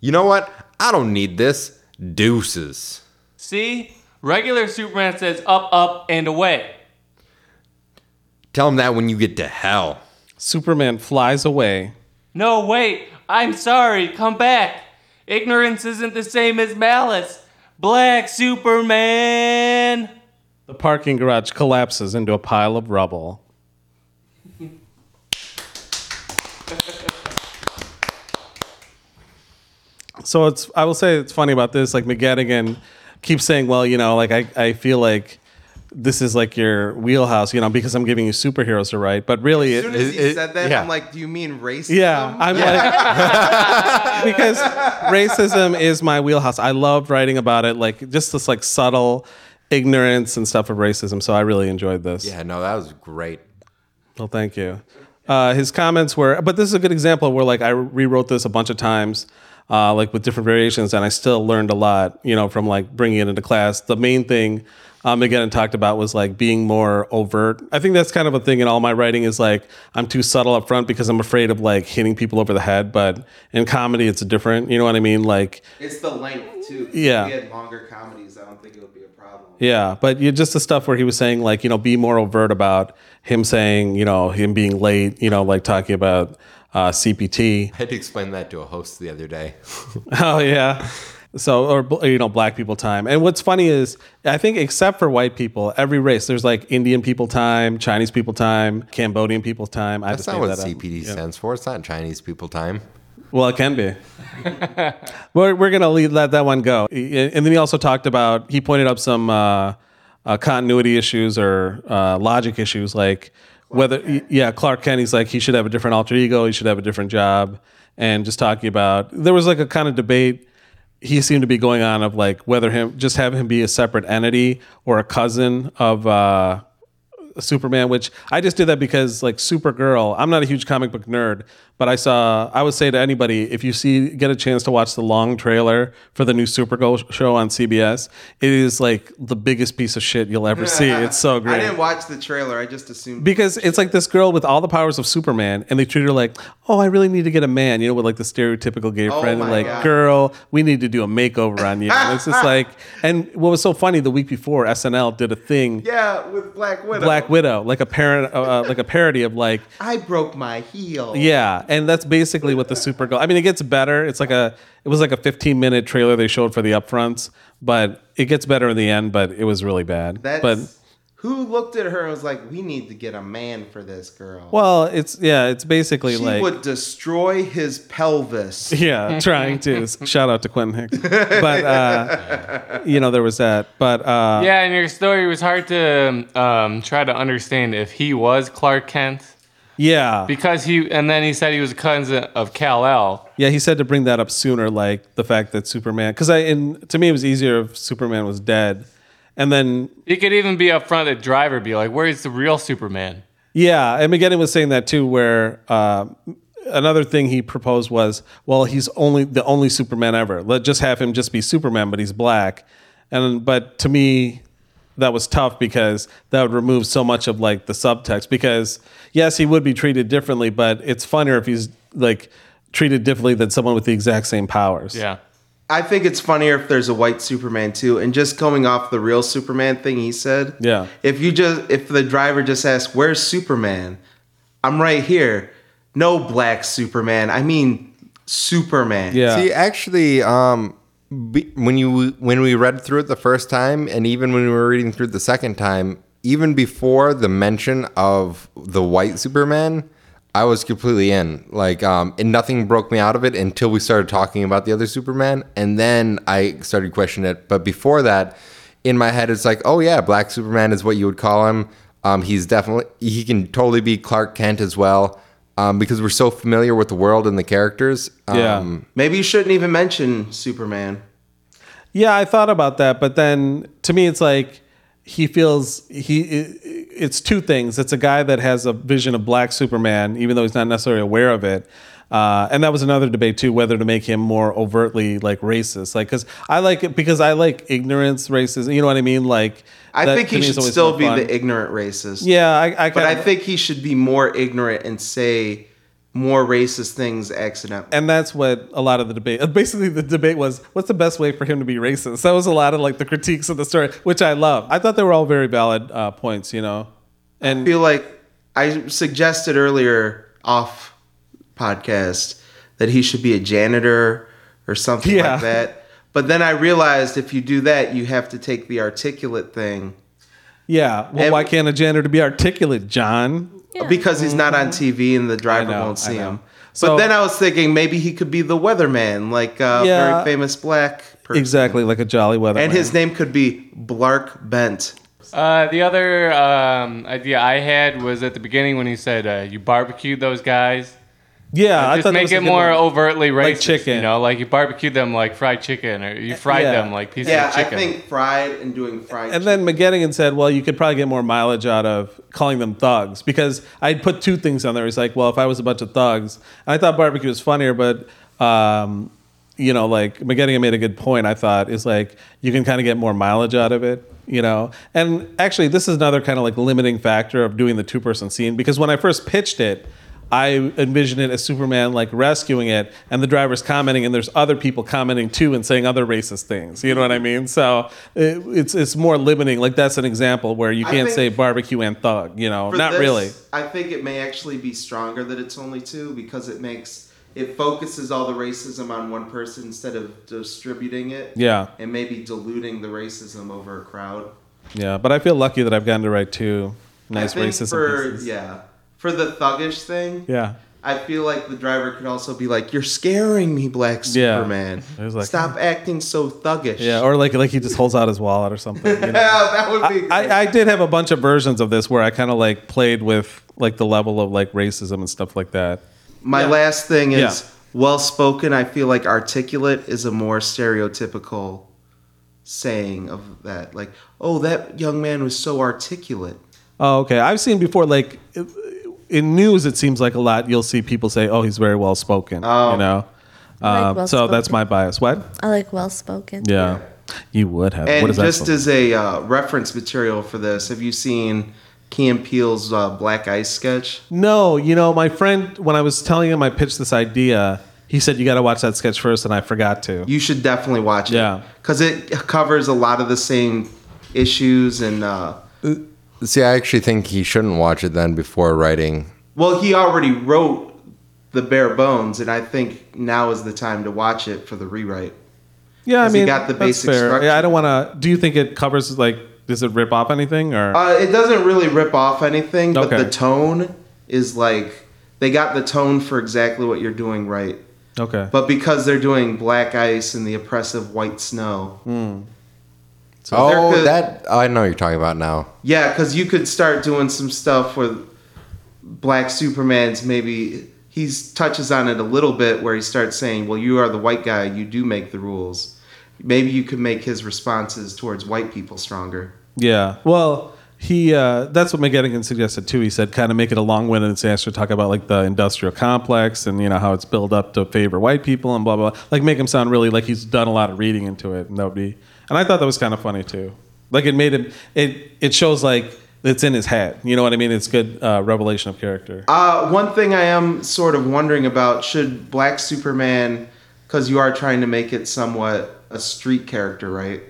S4: You know what? I don't need this. Deuces.
S3: See? Regular Superman says up, up, and away.
S4: Tell him that when you get to hell.
S1: Superman flies away.
S3: No, wait. I'm sorry. Come back. Ignorance isn't the same as malice. Black Superman.
S1: The parking garage collapses into a pile of rubble. so it's I will say it's funny about this, like McGettigan keeps saying, Well, you know, like I, I feel like this is like your wheelhouse, you know, because I'm giving you superheroes to write. But really
S2: As
S1: it,
S2: soon as
S4: It-
S2: he
S4: it-
S2: said that,
S4: yeah.
S2: I'm like, do you mean racism?
S1: yeah, I'm like because racism is my wheelhouse. I loved writing about it, like just this like subtle ignorance and stuff of racism. So I really enjoyed this.
S4: Yeah, no, that was great.
S1: Well, thank you. Uh, his comments were, but this is a good example where like I rewrote this a bunch of times, uh, like with different variations, and I still learned a lot, you know, from like bringing it into class. The main thing um, again talked about was like being more overt. I think that's kind of a thing in all my writing is like I'm too subtle up front because I'm afraid of like hitting people over the head. But in comedy, it's different. You know what I mean? Like
S2: It's the length too. 'cause
S1: Yeah.
S2: If we had longer comedies, I don't think it would be a problem.
S1: Yeah, but you just the stuff where he was saying like you know be more overt about him saying you know him being late, you know like talking about uh, CPT.
S4: I had to explain that to a host the other day.
S1: Oh yeah. So or bl- you know black people time. And what's funny is I think except for white people, every race there's like Indian people time, Chinese people time, Cambodian people time. I
S4: That's
S1: just
S4: not
S1: made
S4: what
S1: that up.
S4: CPD stands for. It's not Chinese people time.
S1: Well, it can be. we're we're gonna leave, let that one go. And then he also talked about he pointed up some uh, uh, continuity issues or uh, logic issues, like whether yeah, Clark Kent. He's like he should have a different alter ego, he should have a different job, and just talking about there was like a kind of debate he seemed to be going on of like whether him just have him be a separate entity or a cousin of uh Superman, which I just did that because like Supergirl, I'm not a huge comic book nerd, but I saw I would say to anybody if you see get a chance to watch the long trailer for the new Supergirl show on CBS, it is like the biggest piece of shit you'll ever see. It's so great
S2: I didn't watch the trailer. I just assumed.
S1: because it's like this girl with all the powers of Superman, and they treat her like, oh, I really need to get a man, you know, with like the stereotypical gay friend,
S2: Oh my
S1: like,
S2: God.
S1: girl, we need to do a makeover on you. and it's just like, and what was so funny the week before, SNL did a thing,
S2: yeah, with Black Widow.
S1: Black Widow, like a parent, uh, uh, like a parody of like,
S2: I broke my heel.
S1: yeah, and that's basically what the Supergirl. I mean, it gets better. It's like a, it was like a 15 minute trailer they showed for the upfronts, but it gets better in the end. But it was really bad.
S2: That's
S1: but
S2: who looked at her and was like, "We need to get a man for this girl."
S1: well, it's yeah, it's basically
S2: she
S1: like
S2: would destroy his pelvis.
S1: Yeah, trying to. Shout out to Quentin Hicks. But, uh, you know, there was that. But, uh,
S3: Yeah, and your story was hard to um, try to understand if he was Clark Kent
S1: yeah.
S3: because he, and then he said he was a cousin of Kal El.
S1: Yeah, he said to bring that up sooner, like the fact that Superman, because I, and to me, it was easier if Superman was dead. And then,
S3: He could even be up front at driver, be like, "Where's the real Superman?"
S1: yeah, and McGinnis was saying that too, where, uh, Another thing he proposed was, well, he's only the only Superman ever. Let just have him just be Superman, but he's black. And but to me, that was tough because that would remove so much of like the subtext because yes he would be treated differently but it's funnier if he's like treated differently than someone with the exact same powers
S3: Yeah.
S2: I think it's funnier if there's a white Superman too. And just going off the real Superman thing he said.
S1: Yeah.
S2: If you just if the driver just asks, "Where's Superman?" I'm right here. No black Superman. I mean Superman.
S1: Yeah.
S4: See, actually, um, be, when you when we read through it the first time, and even when we were reading through it the second time, even before the mention of the white Superman, I was completely in. Like, um, and nothing broke me out of it until we started talking about the other Superman, and then I started questioning it. But before that, in my head, it's like, oh yeah, Black Superman is what you would call him. Um, he's definitely he can totally be Clark Kent as well. Um, because we're so familiar with the world and the characters.
S1: Yeah.
S4: Um,
S2: Maybe you shouldn't even mention Superman.
S1: Yeah, I thought about that, but then to me, it's like he feels he. i- It's two things. It's a guy that has a vision of Black Superman, even though he's not necessarily aware of it. Uh, and that was another debate too, whether to make him more overtly like racist, like because I like it because I like ignorance, racism. You know what I mean? Like
S2: I
S1: that
S2: think
S1: to
S2: he
S1: me is
S2: should
S1: always
S2: still
S1: more
S2: be
S1: fun.
S2: the ignorant racist.
S1: yeah. I, I
S2: But I
S1: kinda-
S2: think he should be more ignorant and say more racist things accidentally.
S1: and that's what a lot of the debate uh, basically the debate was what's the best way for him to be racist that was a lot of like the critiques of the story which i love i thought they were all very valid uh, points you know
S2: I
S1: and
S2: feel like I suggested earlier off podcast that he should be a janitor or something
S1: Yeah.
S2: like that. But then I realized if you do that, you have to take the articulate thing
S1: yeah well,
S2: and-
S1: why can't a janitor be articulate john
S5: Yeah.
S2: Uh, because he's not on TV and the driver
S1: Mm-hmm. know,
S2: won't
S1: I
S2: see
S1: know.
S2: him.
S1: So-
S2: but then I was thinking maybe he could be the weatherman, like a
S1: Yeah.
S2: very famous black person.
S1: exactly like a jolly weather
S2: And his name could be Blark Bent.
S3: Uh, the other um, idea I had was at the beginning when he said uh, you barbecued those guys.
S1: yeah i thought
S3: Just
S1: that
S3: make
S1: was a
S3: it
S1: good
S3: more
S1: one.
S3: overtly racist.
S1: chicken.
S3: You know, like you barbecued them like fried chicken, or you fried
S1: yeah.
S3: them like pieces
S2: Yeah,
S3: of
S2: I
S3: chicken.
S2: think fried and doing fried.
S1: and then McGettigan said, "Well, you could probably get more mileage out of calling them thugs because I put two things on there. He's like, well, if I was a bunch of thugs, and I thought barbecue was funnier, but um, you know, like McGettigan made a good point. I thought is like you can kind of get more mileage out of it, you know. And actually, this is another kind of like limiting factor of doing the two-person scene because when I first pitched it. I envision it as Superman like rescuing it, and the driver's commenting, and there's other people commenting too and saying other racist things. You know what I mean? So it, it's it's more limiting. Like that's an example where you
S2: I
S1: can't
S2: think-
S1: say barbecue and thug. You know,
S2: for
S1: not
S2: this,
S1: really.
S2: I think it may actually be stronger that it's only two because it makes it focuses all the racism on one person instead of distributing it.
S1: Yeah,
S2: And maybe diluting the racism over a crowd.
S1: yeah. But I feel lucky that I've gotten to write two nice
S2: I think
S1: racism
S2: for
S1: pieces.
S2: yeah. For the thuggish thing,
S1: Yeah.
S2: I feel like the driver could also be like, "You're scaring me, Black
S1: Yeah.
S2: Superman.
S1: It was like- "Hmm."
S2: Stop acting so thuggish."
S1: Yeah, or like like he just holds out his wallet or something. You know?
S2: Yeah, that would be. great.
S1: I, I did have a bunch of versions of this where I kind of like played with like the level of like racism and stuff like that.
S2: My last thing is
S1: Yeah.
S2: well spoken. I feel like articulate is a more stereotypical saying of that. Like, oh, that young man was so articulate.
S1: Oh, okay. I've seen before, like in news, it seems like a lot. You'll see people say, "Oh, he's very well spoken."
S2: Oh.
S1: You know,
S5: like
S1: Um, so
S5: well-spoken.
S1: that's my bias. What?
S5: I like well spoken.
S1: Yeah, you would have.
S2: And
S1: what is
S2: just
S1: that?
S2: as a uh, reference material for this, have you seen Key and Peele's uh, Black Ice sketch?
S1: no, you know, my friend, when I was telling him I pitched this idea, he said you got to watch that sketch first, and I forgot to.
S2: You should definitely watch it.
S1: Yeah.
S2: Because it covers a lot of the same issues and. Uh,
S4: See, I actually think he shouldn't watch it then before writing.
S2: Well, he already wrote the bare bones, and I think now is the time to watch it for the rewrite.
S1: Yeah, I
S2: 'Cause he
S1: mean,
S2: got the
S1: that's
S2: basic
S1: fair.
S2: structure.
S1: Yeah, I don't want to. Do you think it covers like? Does it rip off anything or?
S2: Uh, it doesn't really rip off anything, but
S1: Okay.
S2: the tone is like they got the tone for exactly what you're doing right.
S1: okay.
S2: But because they're doing black ice and the oppressive white snow, there
S4: oh,
S2: could-
S4: that I know what you're talking about now.
S2: yeah, because you could start doing some stuff where black Superman's maybe he touches on it a little bit where he starts saying, "Well, you are the white guy, you do make the rules." Maybe you could make his responses towards white people stronger.
S1: Yeah. Well, he uh, that's what McGettigan suggested too. He said kind of make it a long-winded answer, talk about like the industrial complex and you know how it's built up to favor white people and blah blah. blah. Like make him sound really like he's done a lot of reading into it, and that would be. And I thought that was kind of funny too. Like it made him. It it shows like it's in his head. You know what I mean? It's good uh, revelation of character.
S2: Uh, one thing I am sort of wondering about should Black Superman because you are trying to make it somewhat a street character, right?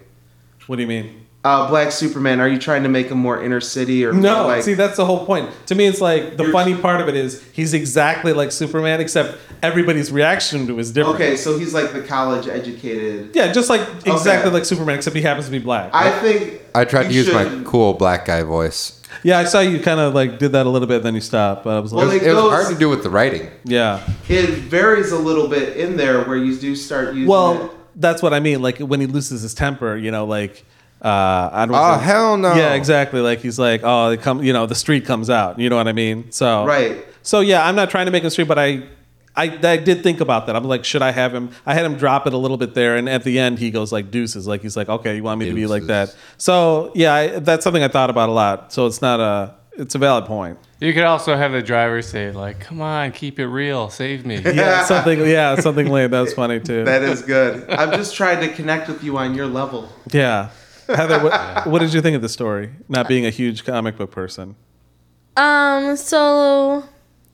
S1: What do you mean?
S2: Uh, Black Superman. Are you trying to make him more inner city or more
S1: No,
S2: like
S1: see, that's the whole point. To me, it's like the funny part of it is he's exactly like Superman, except everybody's reaction to him is different.
S2: okay? So he's like the college educated.
S1: Yeah, just like exactly like Superman, except he happens to be black.
S2: I think
S4: I tried to
S2: you
S4: use my
S2: should-
S4: cool black guy voice.
S1: yeah, I saw you kind of like did that a little bit, then you stopped. But I was like,
S2: Well, It
S4: It, was
S2: goes-
S4: hard to do with the writing.
S1: yeah.
S2: It varies a little bit in there where you do start using.
S1: Well,
S2: it.
S1: that's what I mean. Like when he loses his temper, you know, like uh, I don't.
S4: Oh
S2: Ah,
S1: know.
S4: hell no!
S1: Yeah, exactly. Like he's like, oh, it come, you know, the street comes out. You know what I mean? So
S2: Right.
S1: So yeah, I'm not trying to make him street, but I, I, I did think about that. I'm like, should I have him? I had him drop it a little bit there, and at the end he goes like deuces. Like he's like, okay, you want me to be like that?
S4: Deuces.
S1: So yeah, I, that's something I thought about a lot. So it's not a, it's a valid point.
S3: You could also have the driver say like, "Come on, keep it real, save me."
S1: Yeah, something. Yeah, something like that's funny too.
S2: that is good. I'm just trying to connect with you on your level.
S1: yeah. Heather, what, what did you think of the story? Not being a huge comic book person.
S5: Um, so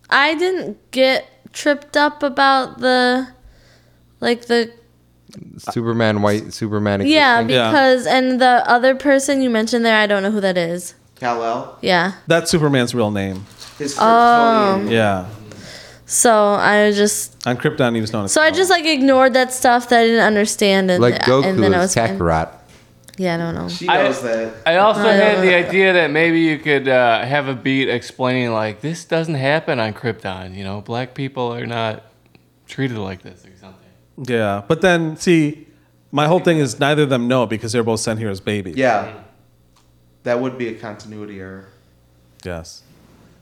S5: I didn't get tripped up about the like the
S4: Superman, white Superman.
S5: yeah,
S4: existing.
S1: Yeah.
S5: because and the other person you mentioned there, I don't know who that is.
S2: Kal El,
S5: Yeah.
S1: That's Superman's real name.
S2: his Kryptonian.
S1: Yeah.
S5: So I was just
S1: On Krypton, he was known as.
S5: so I
S1: Kal-El.
S5: just like ignored that stuff that I didn't understand and,
S4: like Goku
S5: and then I
S4: is
S5: was
S4: Kakarot.
S5: Yeah, I don't know.
S2: She
S3: I-
S2: knows that.
S3: I also
S5: I
S3: had
S5: don't
S3: the
S5: know.
S3: idea that maybe you could uh, have a beat explaining like, "This doesn't happen on Krypton. You know, black people are not treated like this or something."
S1: Yeah, but then see, my whole thing is neither of them know because they're both sent here as babies.
S2: Yeah, that would be a continuity error.
S1: Yes.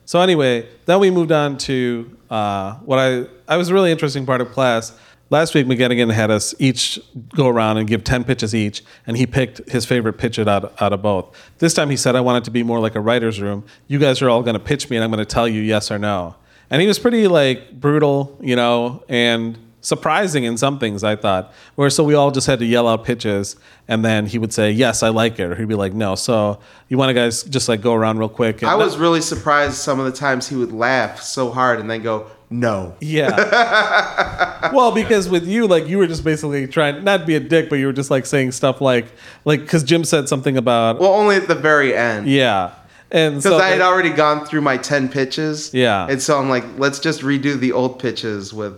S1: So anyway, then we moved on to uh, what I I was a really interesting part of class. Last week, McGinnigan had us each go around and give ten pitches each, and he picked his favorite pitch out out of both. This time, he said, "I want it to be more like a writer's room. You guys are all going to pitch me, and I'm going to tell you yes or no." And he was pretty like brutal, you know, and surprising in some things I thought. Where so we all just had to yell out pitches, and then he would say, "Yes, I like it," or he'd be like, "No." So you want to guys just like go around real quick? and-
S2: I was really surprised some of the times he would laugh so hard and then go, no.
S1: Yeah. well, because with you, like you were just basically trying not to be a dick, but you were just like saying stuff like, like, because Jim said something about,
S2: Well, only at the very end.
S1: yeah, and so
S2: Because I had already gone through my 10 pitches.
S1: Yeah.
S2: And so I'm like, let's just redo the old pitches with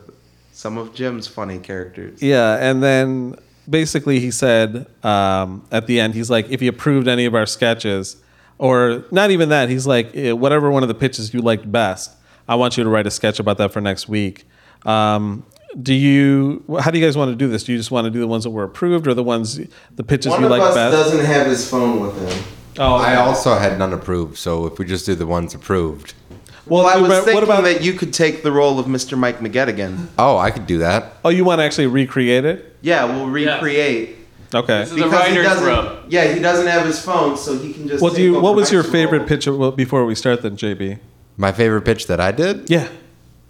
S2: some of Jim's funny characters.
S1: yeah, and then basically he said um, at the end, he's like, if you approved any of our sketches, or not even that, he's like, "Eh, whatever one of the pitches you liked best, I want you to write a sketch about that for next week. Um, do you? How do you guys want to do this? Do you just want to do the ones that were approved, or the ones the pitches you like best?
S2: doesn't have his phone with him.
S1: oh,
S4: I also had none approved, so if we just do the ones approved,
S2: Well, I was
S1: But
S2: thinking
S1: what about?
S2: that you could take the role of Mr. Mike McGettigan.
S4: oh, I could do that.
S1: oh, you want to actually recreate it?
S2: Yeah, we'll recreate.
S1: Okay.
S3: is- The writer's
S2: doesn't,
S3: room.
S2: Yeah, he doesn't have his phone, so he can just.
S1: Well, do
S2: take
S1: you?
S2: over
S1: What was your
S2: Mike's
S1: favorite
S2: role.
S1: picture well, before we start then, JB?
S4: My favorite pitch that I did.
S1: Yeah.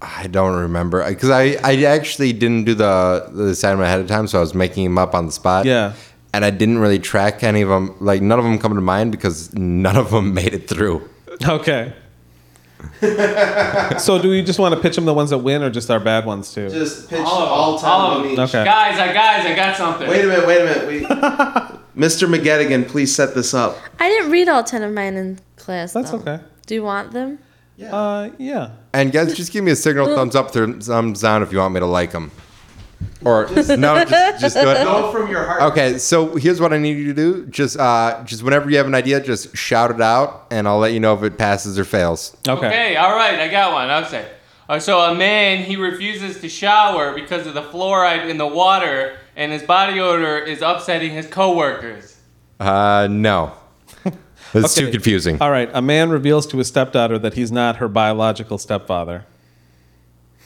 S4: I don't remember because I, I actually didn't do the the assignment ahead of time, so I was making them up on the spot.
S1: Yeah.
S4: and I didn't really track any of them. Like none of them come to mind because none of them made it through.
S1: Okay. so, do we just want to pitch them the ones that win, or just our bad ones too?
S2: Just pitch
S3: All of them.
S2: all
S3: All
S2: time
S3: of
S2: on
S3: them.
S2: each.
S1: Okay.
S3: Guys, I guys, I got something.
S2: Wait a minute, wait a minute. We, Mr. McGettigan, please set this up.
S5: I didn't read all ten of mine in class.
S1: That's
S5: though.
S1: okay.
S5: Do you want them?
S1: Uh, yeah.
S4: And guys, just give me a signal, thumbs up, thir- thumbs down if you want me to like them. Or no, just just do it.
S2: Go from your heart.
S4: Okay, so here's what I need you to do. Just uh, just whenever you have an idea, just shout it out, and I'll let you know if it passes or fails.
S1: Okay.
S3: Okay, all right, I got one. Okay. Uh, so a man he refuses to shower because of the fluoride in the water, and his body odor is upsetting his coworkers.
S4: Uh, no, that's too
S1: Okay.
S4: confusing.
S1: All right. A man reveals to his stepdaughter that he's not her biological stepfather.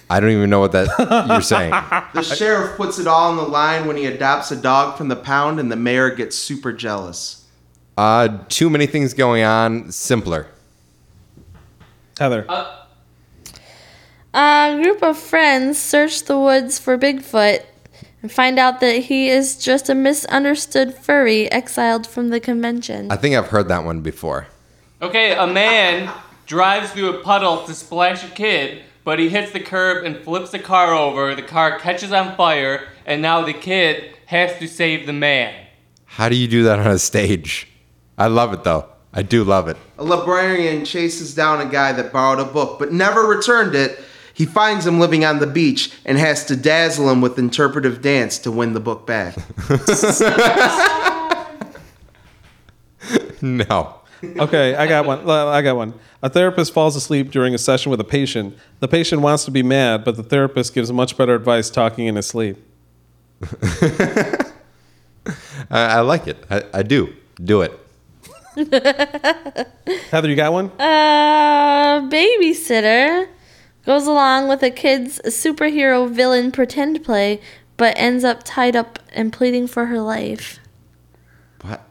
S4: I don't even know what that you're saying.
S2: The sheriff puts it all on the line when he adopts a dog from the pound, and the mayor gets super jealous.
S4: Uh, too many things going on. Simpler.
S1: Heather.
S2: Uh.
S5: A group of friends search the woods for Bigfoot and find out that he is just a misunderstood furry exiled from the convention.
S4: I think I've heard that one before.
S3: Okay, a man drives through a puddle to splash a kid, but he hits the curb and flips the car over. The car catches on fire, and now the kid has to save the man.
S4: How do you do that on a stage? I love it though. I do love it.
S2: A librarian chases down a guy that borrowed a book but never returned it. He finds him living on the beach and has to dazzle him with interpretive dance to win the book back.
S4: No.
S1: Okay, I got one. Well, I got one. A therapist falls asleep during a session with a patient. The patient wants to be mad, but the therapist gives much better advice talking in his sleep.
S4: I, I like it. I, I do. Do it.
S1: Heather, you got one?
S5: Uh, babysitter goes along with a kid's superhero villain pretend play, but ends up tied up and pleading for her life.
S4: What?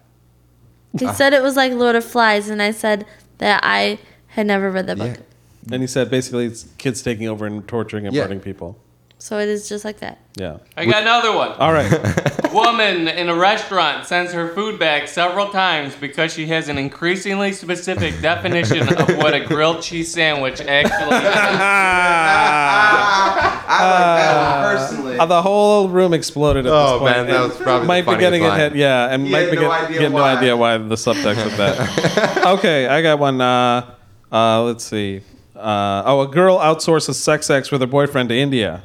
S5: He said it was like Lord of Flies, and I said that I had never read that
S4: Yeah.
S5: book.
S1: And he said basically it's kids taking over and torturing and
S4: Yeah.
S1: hurting people.
S5: So it is just like that.
S1: Yeah.
S3: I got another one.
S1: All right.
S3: Woman in a restaurant sends her food back several times because she has an increasingly specific definition of what a grilled cheese sandwich actually is.
S2: I like that one personally.
S1: Uh, the whole room exploded at
S4: Oh,
S1: this point.
S4: man, that
S1: and
S4: was probably the
S1: Might be
S4: funniest
S1: getting
S4: line.
S1: it hit. Yeah, and
S2: He
S1: might
S2: had
S1: be
S2: no
S1: get-
S2: idea
S1: get no
S2: why.
S1: idea why the subtext of that. okay, I got one. Uh, uh, let's see. Uh, oh, a girl outsources sex acts with her boyfriend to India.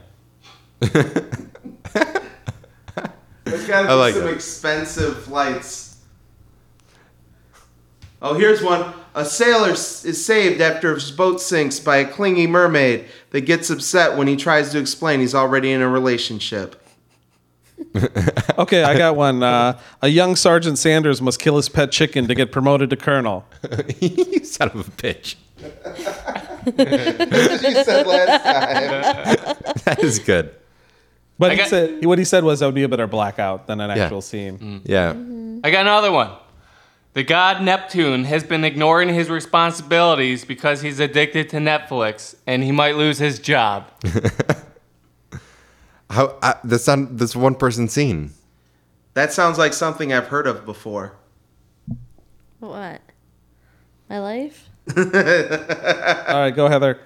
S2: There's gotta be
S4: I like
S2: some
S4: that.
S2: expensive flights. Oh, here's one. A sailor s- is saved after his boat sinks by a clingy mermaid that gets upset when he tries to explain he's already in a relationship.
S1: Okay, I got one. Uh, a young Sergeant Sanders must kill his pet chicken to get promoted to colonel.
S4: you son of a bitch.
S2: you said last time.
S4: That is good.
S1: But
S3: I
S1: he
S3: got-
S1: said, what he said was that would be a better blackout than an
S4: Yeah. Mm.
S1: actual scene.
S4: Yeah.
S3: I got another one. The god Neptune has been ignoring his responsibilities because he's addicted to Netflix and he might lose his job.
S4: How I, this on this one person scene?
S2: That sounds like something I've heard of before.
S5: What? My life?
S1: All right, go Heather.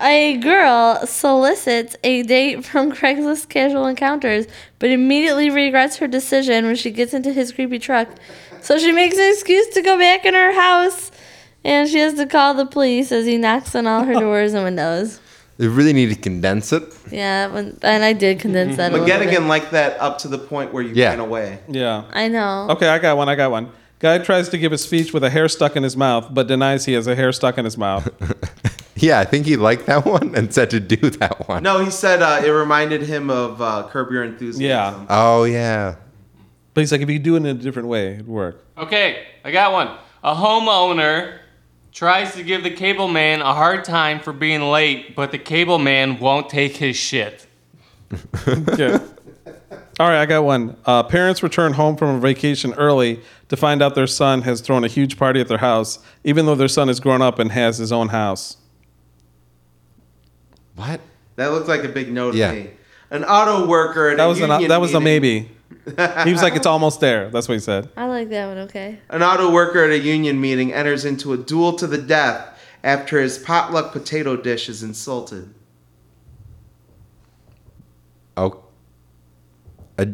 S5: A girl solicits a date from Craigslist Casual Encounters, but immediately regrets her decision when she gets into his creepy truck. So she makes an excuse to go back in her house, and she has to call the police as he knocks on all her doors and windows.
S4: They really need to condense it.
S5: Yeah, when, and I did condense that. a
S2: But
S5: little
S2: get
S5: bit.
S2: again like that up to the point where you
S4: Yeah.
S2: ran away.
S1: Yeah.
S5: I know.
S1: Okay, I got one. I got one. Guy tries to give a speech with a hair stuck in his mouth, but denies he has a hair stuck in his mouth.
S4: Yeah, I think he liked that one and said to do that one.
S2: No, he said uh, it reminded him of uh, Curb Your Enthusiasm.
S1: Yeah.
S4: Oh yeah.
S1: But he's like, if you do it in a different way, it'd work.
S3: Okay, I got one. A homeowner tries to give the cable man a hard time for being late, but the cable man won't take his shit.
S1: Good. All right, I got one. Uh, parents return home from a vacation early to find out their son has thrown a huge party at their house, even though their son has grown up and has his own house.
S4: What?
S2: That looked like a big no to
S4: Yeah.
S2: me. An auto worker. At
S1: That
S2: a
S1: was an,
S2: union
S1: that was a
S2: meeting-
S1: maybe. He was like, it's almost there. That's what he said.
S5: I like that one. Okay.
S2: An auto worker at a union meeting enters into a duel to the death after his potluck potato dish is insulted.
S4: Oh. A,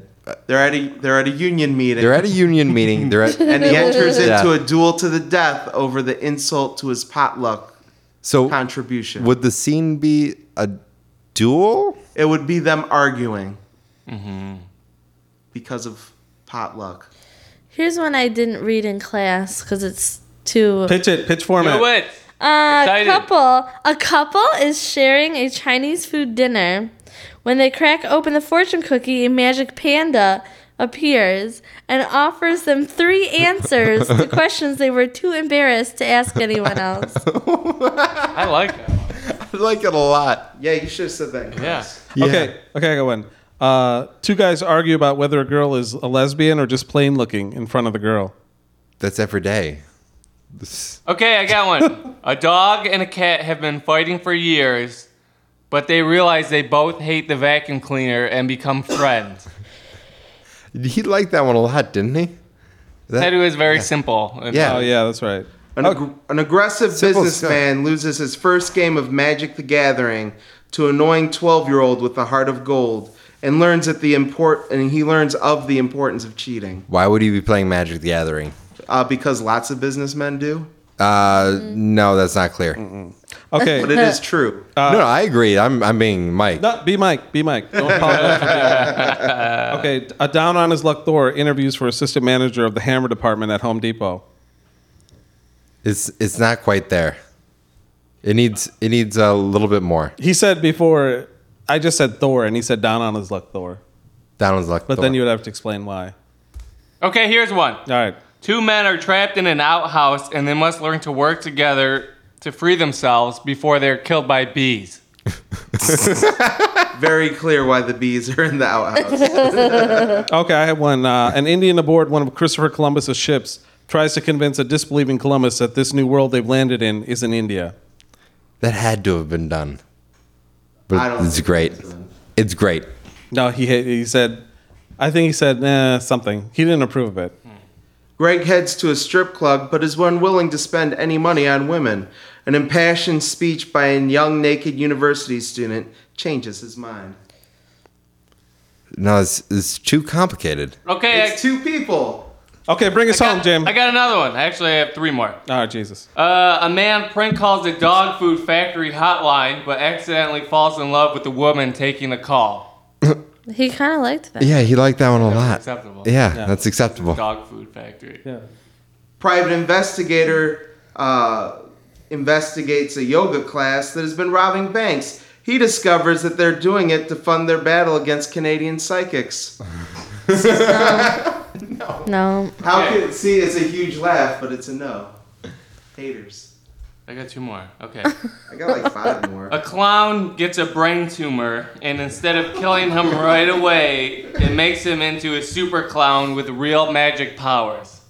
S2: They're at a they're at a union meeting,
S4: they're at a union meeting. They're at
S2: and he enters
S4: Yeah.
S2: into a duel to the death over the insult to his potluck
S4: so.
S2: contribution.
S4: Would the scene be a duel?
S2: it would be them arguing because of potluck.
S5: Here's one I didn't read in class because it's too.
S1: Pitch it, pitch format.
S3: Do it.
S5: A
S3: Excited.
S5: couple, a couple is sharing a Chinese food dinner. When they crack open the fortune cookie, a magic panda appears and offers them three answers to questions they were too embarrassed to ask anyone else.
S3: I like that. One.
S4: I like it a lot.
S2: Yeah, you should have said that.
S3: Yeah.
S1: Okay, okay, I got one. Uh, two guys argue about whether a girl is a lesbian or just plain looking in front of the girl.
S4: That's every day. This-
S3: Okay, I got one. a dog and a cat have been fighting for years, but they realize they both hate the vacuum cleaner and become friends.
S4: He liked that one a lot, didn't he?
S3: that was very simple. and-
S4: Yeah.
S1: Oh yeah, that's right. Oh,
S2: An, ag- an aggressive
S4: Simple
S2: businessman loses his first game of Magic the Gathering to annoying 12 year old with a heart of gold and learns that the import and he learns of the importance of cheating
S4: Why would you be playing Magic the Gathering?
S2: uh, because lots of businessmen do,
S4: Uh, no, that's not clear.
S1: Okay.
S2: but it is true.
S4: no, no, I agree. I'm I'm being Mike.
S1: No, be Mike. Be Mike. Don't apologize. for being Mike. okay. A down on his luck Thor interviews for assistant manager of the hammer department at Home Depot.
S4: It's it's not quite there. It needs it needs a little bit more.
S1: He said before, I just said Thor, and he said down on his luck Thor.
S4: Donald's luck.
S1: But then you would have to explain why. All
S3: Okay, here's one.
S1: right.
S3: Two men are trapped in an outhouse and they must learn to work together to free themselves before they're killed by bees.
S2: Very clear why the bees are in the outhouse.
S1: Okay, I have one. Uh, an Indian aboard one of Christopher Columbus's ships tries to convince a disbelieving Columbus that this new world they've landed in is in India.
S4: that had to have been done. But
S2: I don't
S4: it's
S2: think
S4: great.
S2: it was done.
S4: It's great.
S1: No, he he said, I think he said nah, something. He didn't approve of it.
S3: Hmm.
S2: Greg heads to a strip club, but is unwilling to spend any money on women. An impassioned speech by a young naked university student changes his mind.
S4: No, it's it's too complicated.
S3: Okay,
S2: It's two people.
S1: Okay, bring us
S3: I
S1: home,
S3: got-
S1: Jim.
S3: I got another one. Actually, I have three more.
S1: oh, Jesus.
S3: Uh, a man prank calls a dog food factory hotline, but accidentally falls in love with the woman taking the call.
S5: He kind of liked that.
S4: Yeah, he liked that one a lot.
S3: acceptable.
S4: Yeah,
S1: Yeah.
S4: that's acceptable.
S3: Dog food factory.
S1: Yeah.
S2: Private investigator uh, investigates a yoga class that has been robbing banks. He discovers that they're doing it to fund their battle against Canadian psychics.
S5: No.
S2: How
S3: Okay.
S2: can see? It's a huge laugh, but it's a no. Haters.
S3: I got two more. Okay.
S2: I got like five more.
S3: a clown gets a brain tumor, and instead of killing him right away, it makes him into a super clown with real magic powers.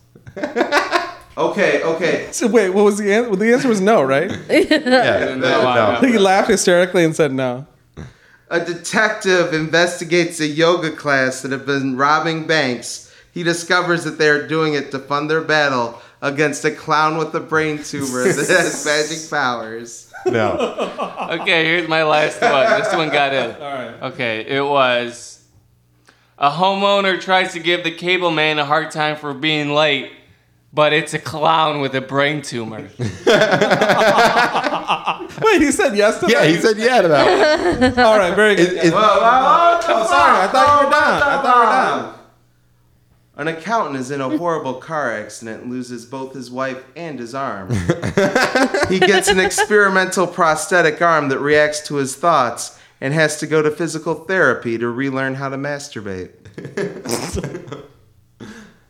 S2: Okay, okay.
S1: So wait, what was the answer? Well, the answer was no, right?
S4: Yeah.
S3: No.
S1: he laughed hysterically and said no.
S2: A detective investigates a yoga class that have been robbing banks. He discovers that they are doing it to fund their battle against a clown with a brain tumor that has magic powers.
S4: No.
S3: Okay, here's my last one. This one got in. All right. Okay, it was a homeowner tries to give the cable man a hard time for being late, but it's a clown with a brain tumor.
S1: Wait, he said yes to
S4: Yeah,
S1: that?
S4: he said yeah to that. One.
S1: All right, very good.
S4: It- it-
S2: Oh, oh, oh, oh,
S1: Sorry, I thought you were done. I thought you were done.
S2: An accountant is in a horrible car accident and loses both his wife and his arm. he gets an experimental prosthetic arm that reacts to his thoughts and has to go to physical therapy to relearn how to masturbate.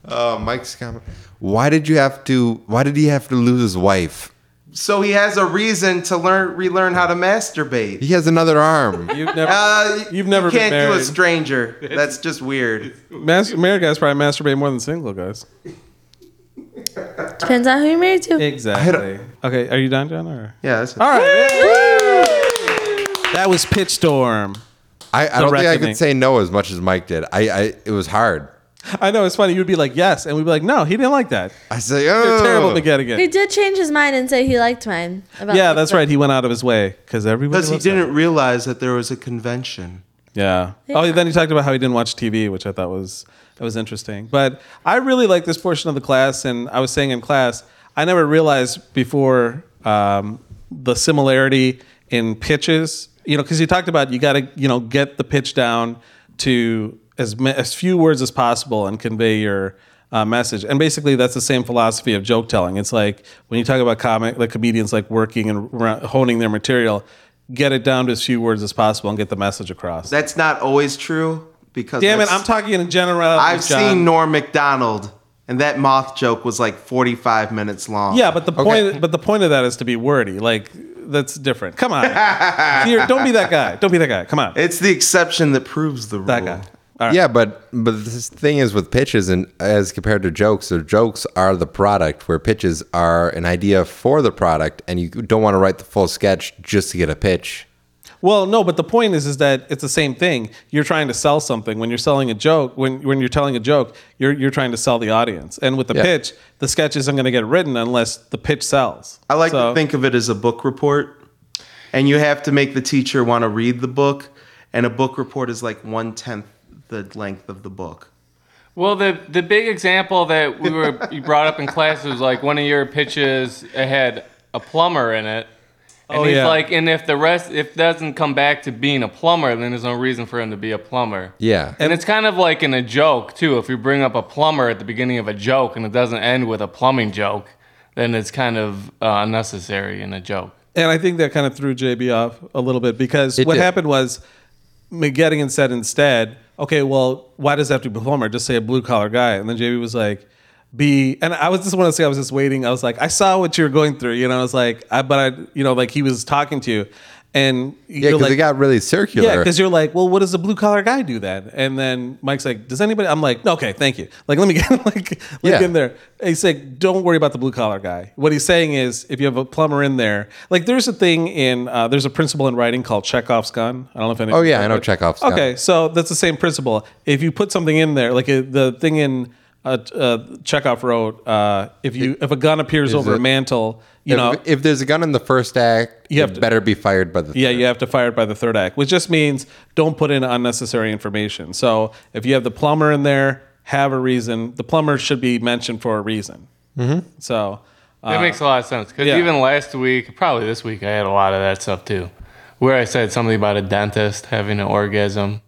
S4: oh, Mike's comment. Why did you have to? Why did he have to lose his wife?
S2: So he has a reason to learn relearn how to masturbate.
S4: He has another arm.
S1: You've never,
S2: Uh,
S1: You've never
S2: you
S1: been
S2: can't do
S1: married.
S2: a stranger. That's just weird.
S1: mas- married guys probably masturbate more than single guys.
S5: Depends on who you're married to.
S1: Exactly. Okay, are you done, John? Or?
S2: Yeah, that's
S1: All right. That was Pitchstorm.
S4: I, I don't think I
S1: reckoning.
S4: could say no as much as Mike did. I, I it was hard.
S1: I know it's funny. You'd be like, yes, and we'd be like, no, he didn't like that.
S4: I say,
S1: You're
S4: oh,
S1: terrible to get
S5: He
S1: again.
S5: did change his mind and say he liked mine. About
S1: Yeah, that's right. He went out of his way because everybody.
S2: because he
S1: loves that.
S2: didn't realize that there was a convention.
S1: Yeah. Oh, then he talked about how he didn't watch TV, which I thought was that was interesting. But I really like this portion of the class, and I was saying in class, I never realized before um, the similarity in pitches. You know, because he talked about you got to you know get the pitch down to as ma- as few words as possible and convey your uh, message. And basically, that's the same philosophy of joke telling. It's like when you talk about comic, like comedians, like working and ra- honing their material. Get it down to as few words as possible and get the message across.
S2: That's not always true because
S1: Damn it,
S2: I've-
S1: I'm talking in general.
S2: I've
S1: um,
S2: seen Norm Macdonald, and that moth joke was like 45 minutes long.
S1: Yeah, but the point but the point of that is to be wordy. Like that's different. Come on. Here, don't be that guy. Don't be that guy. Come on.
S2: it's the exception that proves the rule.
S1: that guy. All right.
S4: Yeah, but but the thing is with pitches and as compared to jokes, so jokes are the product where pitches are an idea for the product, and you don't want to write the full sketch just to get a pitch.
S1: Well, no, but the point is is that it's the same thing. You're trying to sell something. When you're selling a joke, when when you're telling a joke, you're you're trying to sell the audience. And with the
S4: Yeah.
S1: pitch, the sketch isn't going to get written unless the pitch sells.
S2: I like
S1: So-
S2: to think of it as a book report, and you have to make the teacher want to read the book. and a book report is like one tenth the length of the book.
S3: Well, the the big example that we were you brought up in class was like one of your pitches it had a plumber in it. And
S1: Oh,
S3: he's
S1: yeah.
S3: like, and if the rest if it doesn't come back to being a plumber, then there's no reason for him to be a plumber.
S4: Yeah.
S3: And it's kind of like in a joke too. If you bring up a plumber at the beginning of a joke and it doesn't end with a plumbing joke, then it's kind of uh, unnecessary in a joke.
S1: And I think that kind of threw JB off a little bit because
S4: It
S1: what
S4: did.
S1: happened was McGettigan said instead, okay, well, why does it have to be a plumber? Just say a blue collar guy. And then JB was like, be, and I was just want to say, I was just waiting. I was like, I saw what you were going through. You know, I was like, I, but I, you know, like he was talking to you. And
S4: Yeah,
S1: you're
S4: because
S1: like,
S4: it got really
S1: yeah,
S4: circular.
S1: because you're like, well, what does a blue collar guy do then? And then Mike's like, does anybody? I'm like, "No, okay, thank you. Like, let me get like, let me
S4: Yeah.
S1: get in there. And he's like, don't worry about the blue collar guy. What he's saying is, if you have a plumber in there, like, there's a thing in uh, there's a principle in writing called Chekhov's gun. I don't know if any.
S4: Oh, yeah, I know Chekhov's gun.
S1: Okay, so that's the same principle. If you put something in there, like uh, the thing in uh, uh, Chekhov wrote, uh, if you if a gun appears over
S4: it-
S1: a mantle, you
S4: if,
S1: know,
S4: if there's a gun in the first act,
S1: You have
S4: it
S1: to-
S4: better be fired by the.
S1: yeah, you have to fire it by the third act, which just means don't put in unnecessary information. So if you have the plumber in there, have a reason. The plumber should be mentioned for a reason. Mm-hmm. So
S3: That makes a lot of sense because
S1: Uh-huh. yeah.
S3: even last week, probably this week, I had a lot of that stuff too, where I said something about a dentist having an orgasm.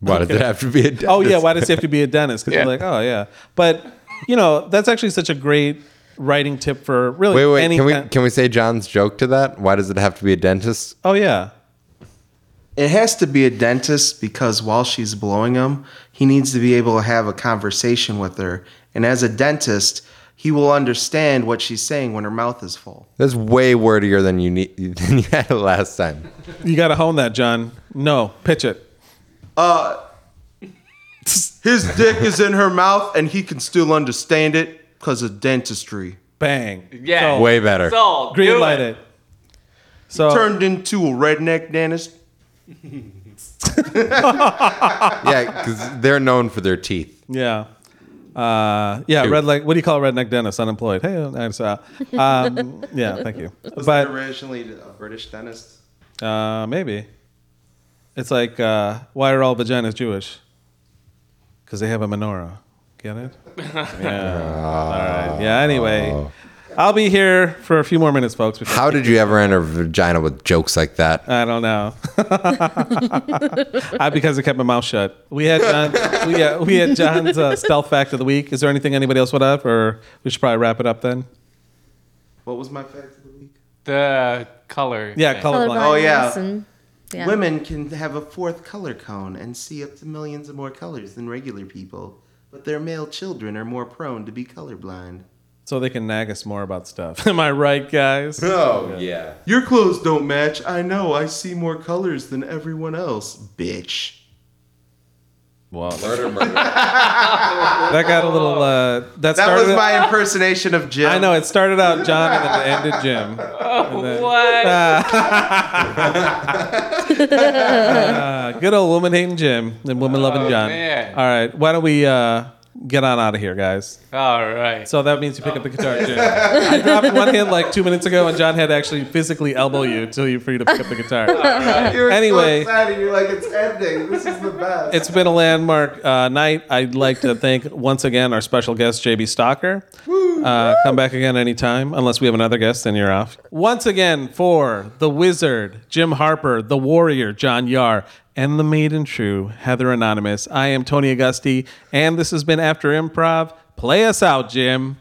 S4: Why did it have to be a
S1: Oh yeah,
S4: dentist?
S1: why does he have to be a dentist? Because
S3: Yeah.
S1: you're like, oh yeah. But you know, that's actually such a great writing tip for really
S4: Wait, wait.
S1: any uh,
S4: Can we
S1: kind-
S4: can we say John's joke to that? Why does it have to be a dentist?
S1: oh yeah.
S2: It has to be a dentist because while she's blowing him, he needs to be able to have a conversation with her. And as a dentist, he will understand what she's saying when her mouth is full.
S4: That's way wordier than you need than you had it last time.
S1: You gotta hone that, John. No, pitch it.
S2: His dick is in her mouth and he can still understand it because of dentistry.
S1: Bang.
S3: Yeah.
S1: So,
S4: Way better.
S3: So
S1: green light it. So
S2: Turned into a redneck dentist.
S4: Yeah, because they're known for their teeth.
S1: Yeah. Uh, yeah,
S4: Dude.
S1: red like what do you call a redneck dentist? Unemployed. Hey, that's uh, um, yeah, thank you. But
S2: Originally a British dentist.
S1: uh, maybe it's like uh, why are all vaginas Jewish? Because they have a menorah. Get it? Yeah. all right. Yeah. Anyway, I'll be here for a few more minutes, folks. Before
S4: How did you ever enter vagina with jokes like that?
S1: I don't know. I, because I kept my mouth shut. We had John, we, uh, we had John's uh, stealth fact of the week. Is there anything anybody else would have, or we should probably wrap it up then?
S2: What was my fact of the week?
S3: The color.
S1: Yeah,
S3: thing.
S1: colorblind.
S2: Oh, yeah.
S5: Colorblindness and- yeah.
S2: Women can have a fourth color cone and see up to millions of more colors than regular people, but their male children are more prone to be colorblind.
S1: So they can nag us more about stuff. Am I right, guys?
S4: Oh yeah.
S2: Your clothes don't match. I know. I see more colors than everyone else, bitch.
S1: Well,
S4: Murder, murder.
S1: that got a little. Uh, that
S2: That
S1: started.
S2: was my impersonation of Jim.
S1: I know it started out John and then it ended Jim. And then-
S3: What?
S1: Uh, good old woman hating Jim and woman loving John.
S3: man.
S1: All right, why don't we uh, get on out of here, guys?
S3: All right.
S1: So that means you pick up the guitar, Jim. I dropped one hand like two minutes ago, and John had to actually physically elbow you until you're free to pick up the guitar.
S2: You're
S1: Anyway.
S2: so excited. You're like, it's ending. This is the best.
S1: It's been a landmark uh, night. I'd like to thank once again our special guest, JB Stalker. Uh, come back again anytime, unless we have another guest, then you're off. Once again, for the wizard, Jim Harper, the warrior, John Yar, and the maiden true, Heather Anonymous, I am Tony Augusti, and this has been After Improv. Play us out, Jim.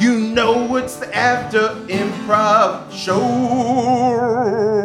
S2: you know it's the after improv show.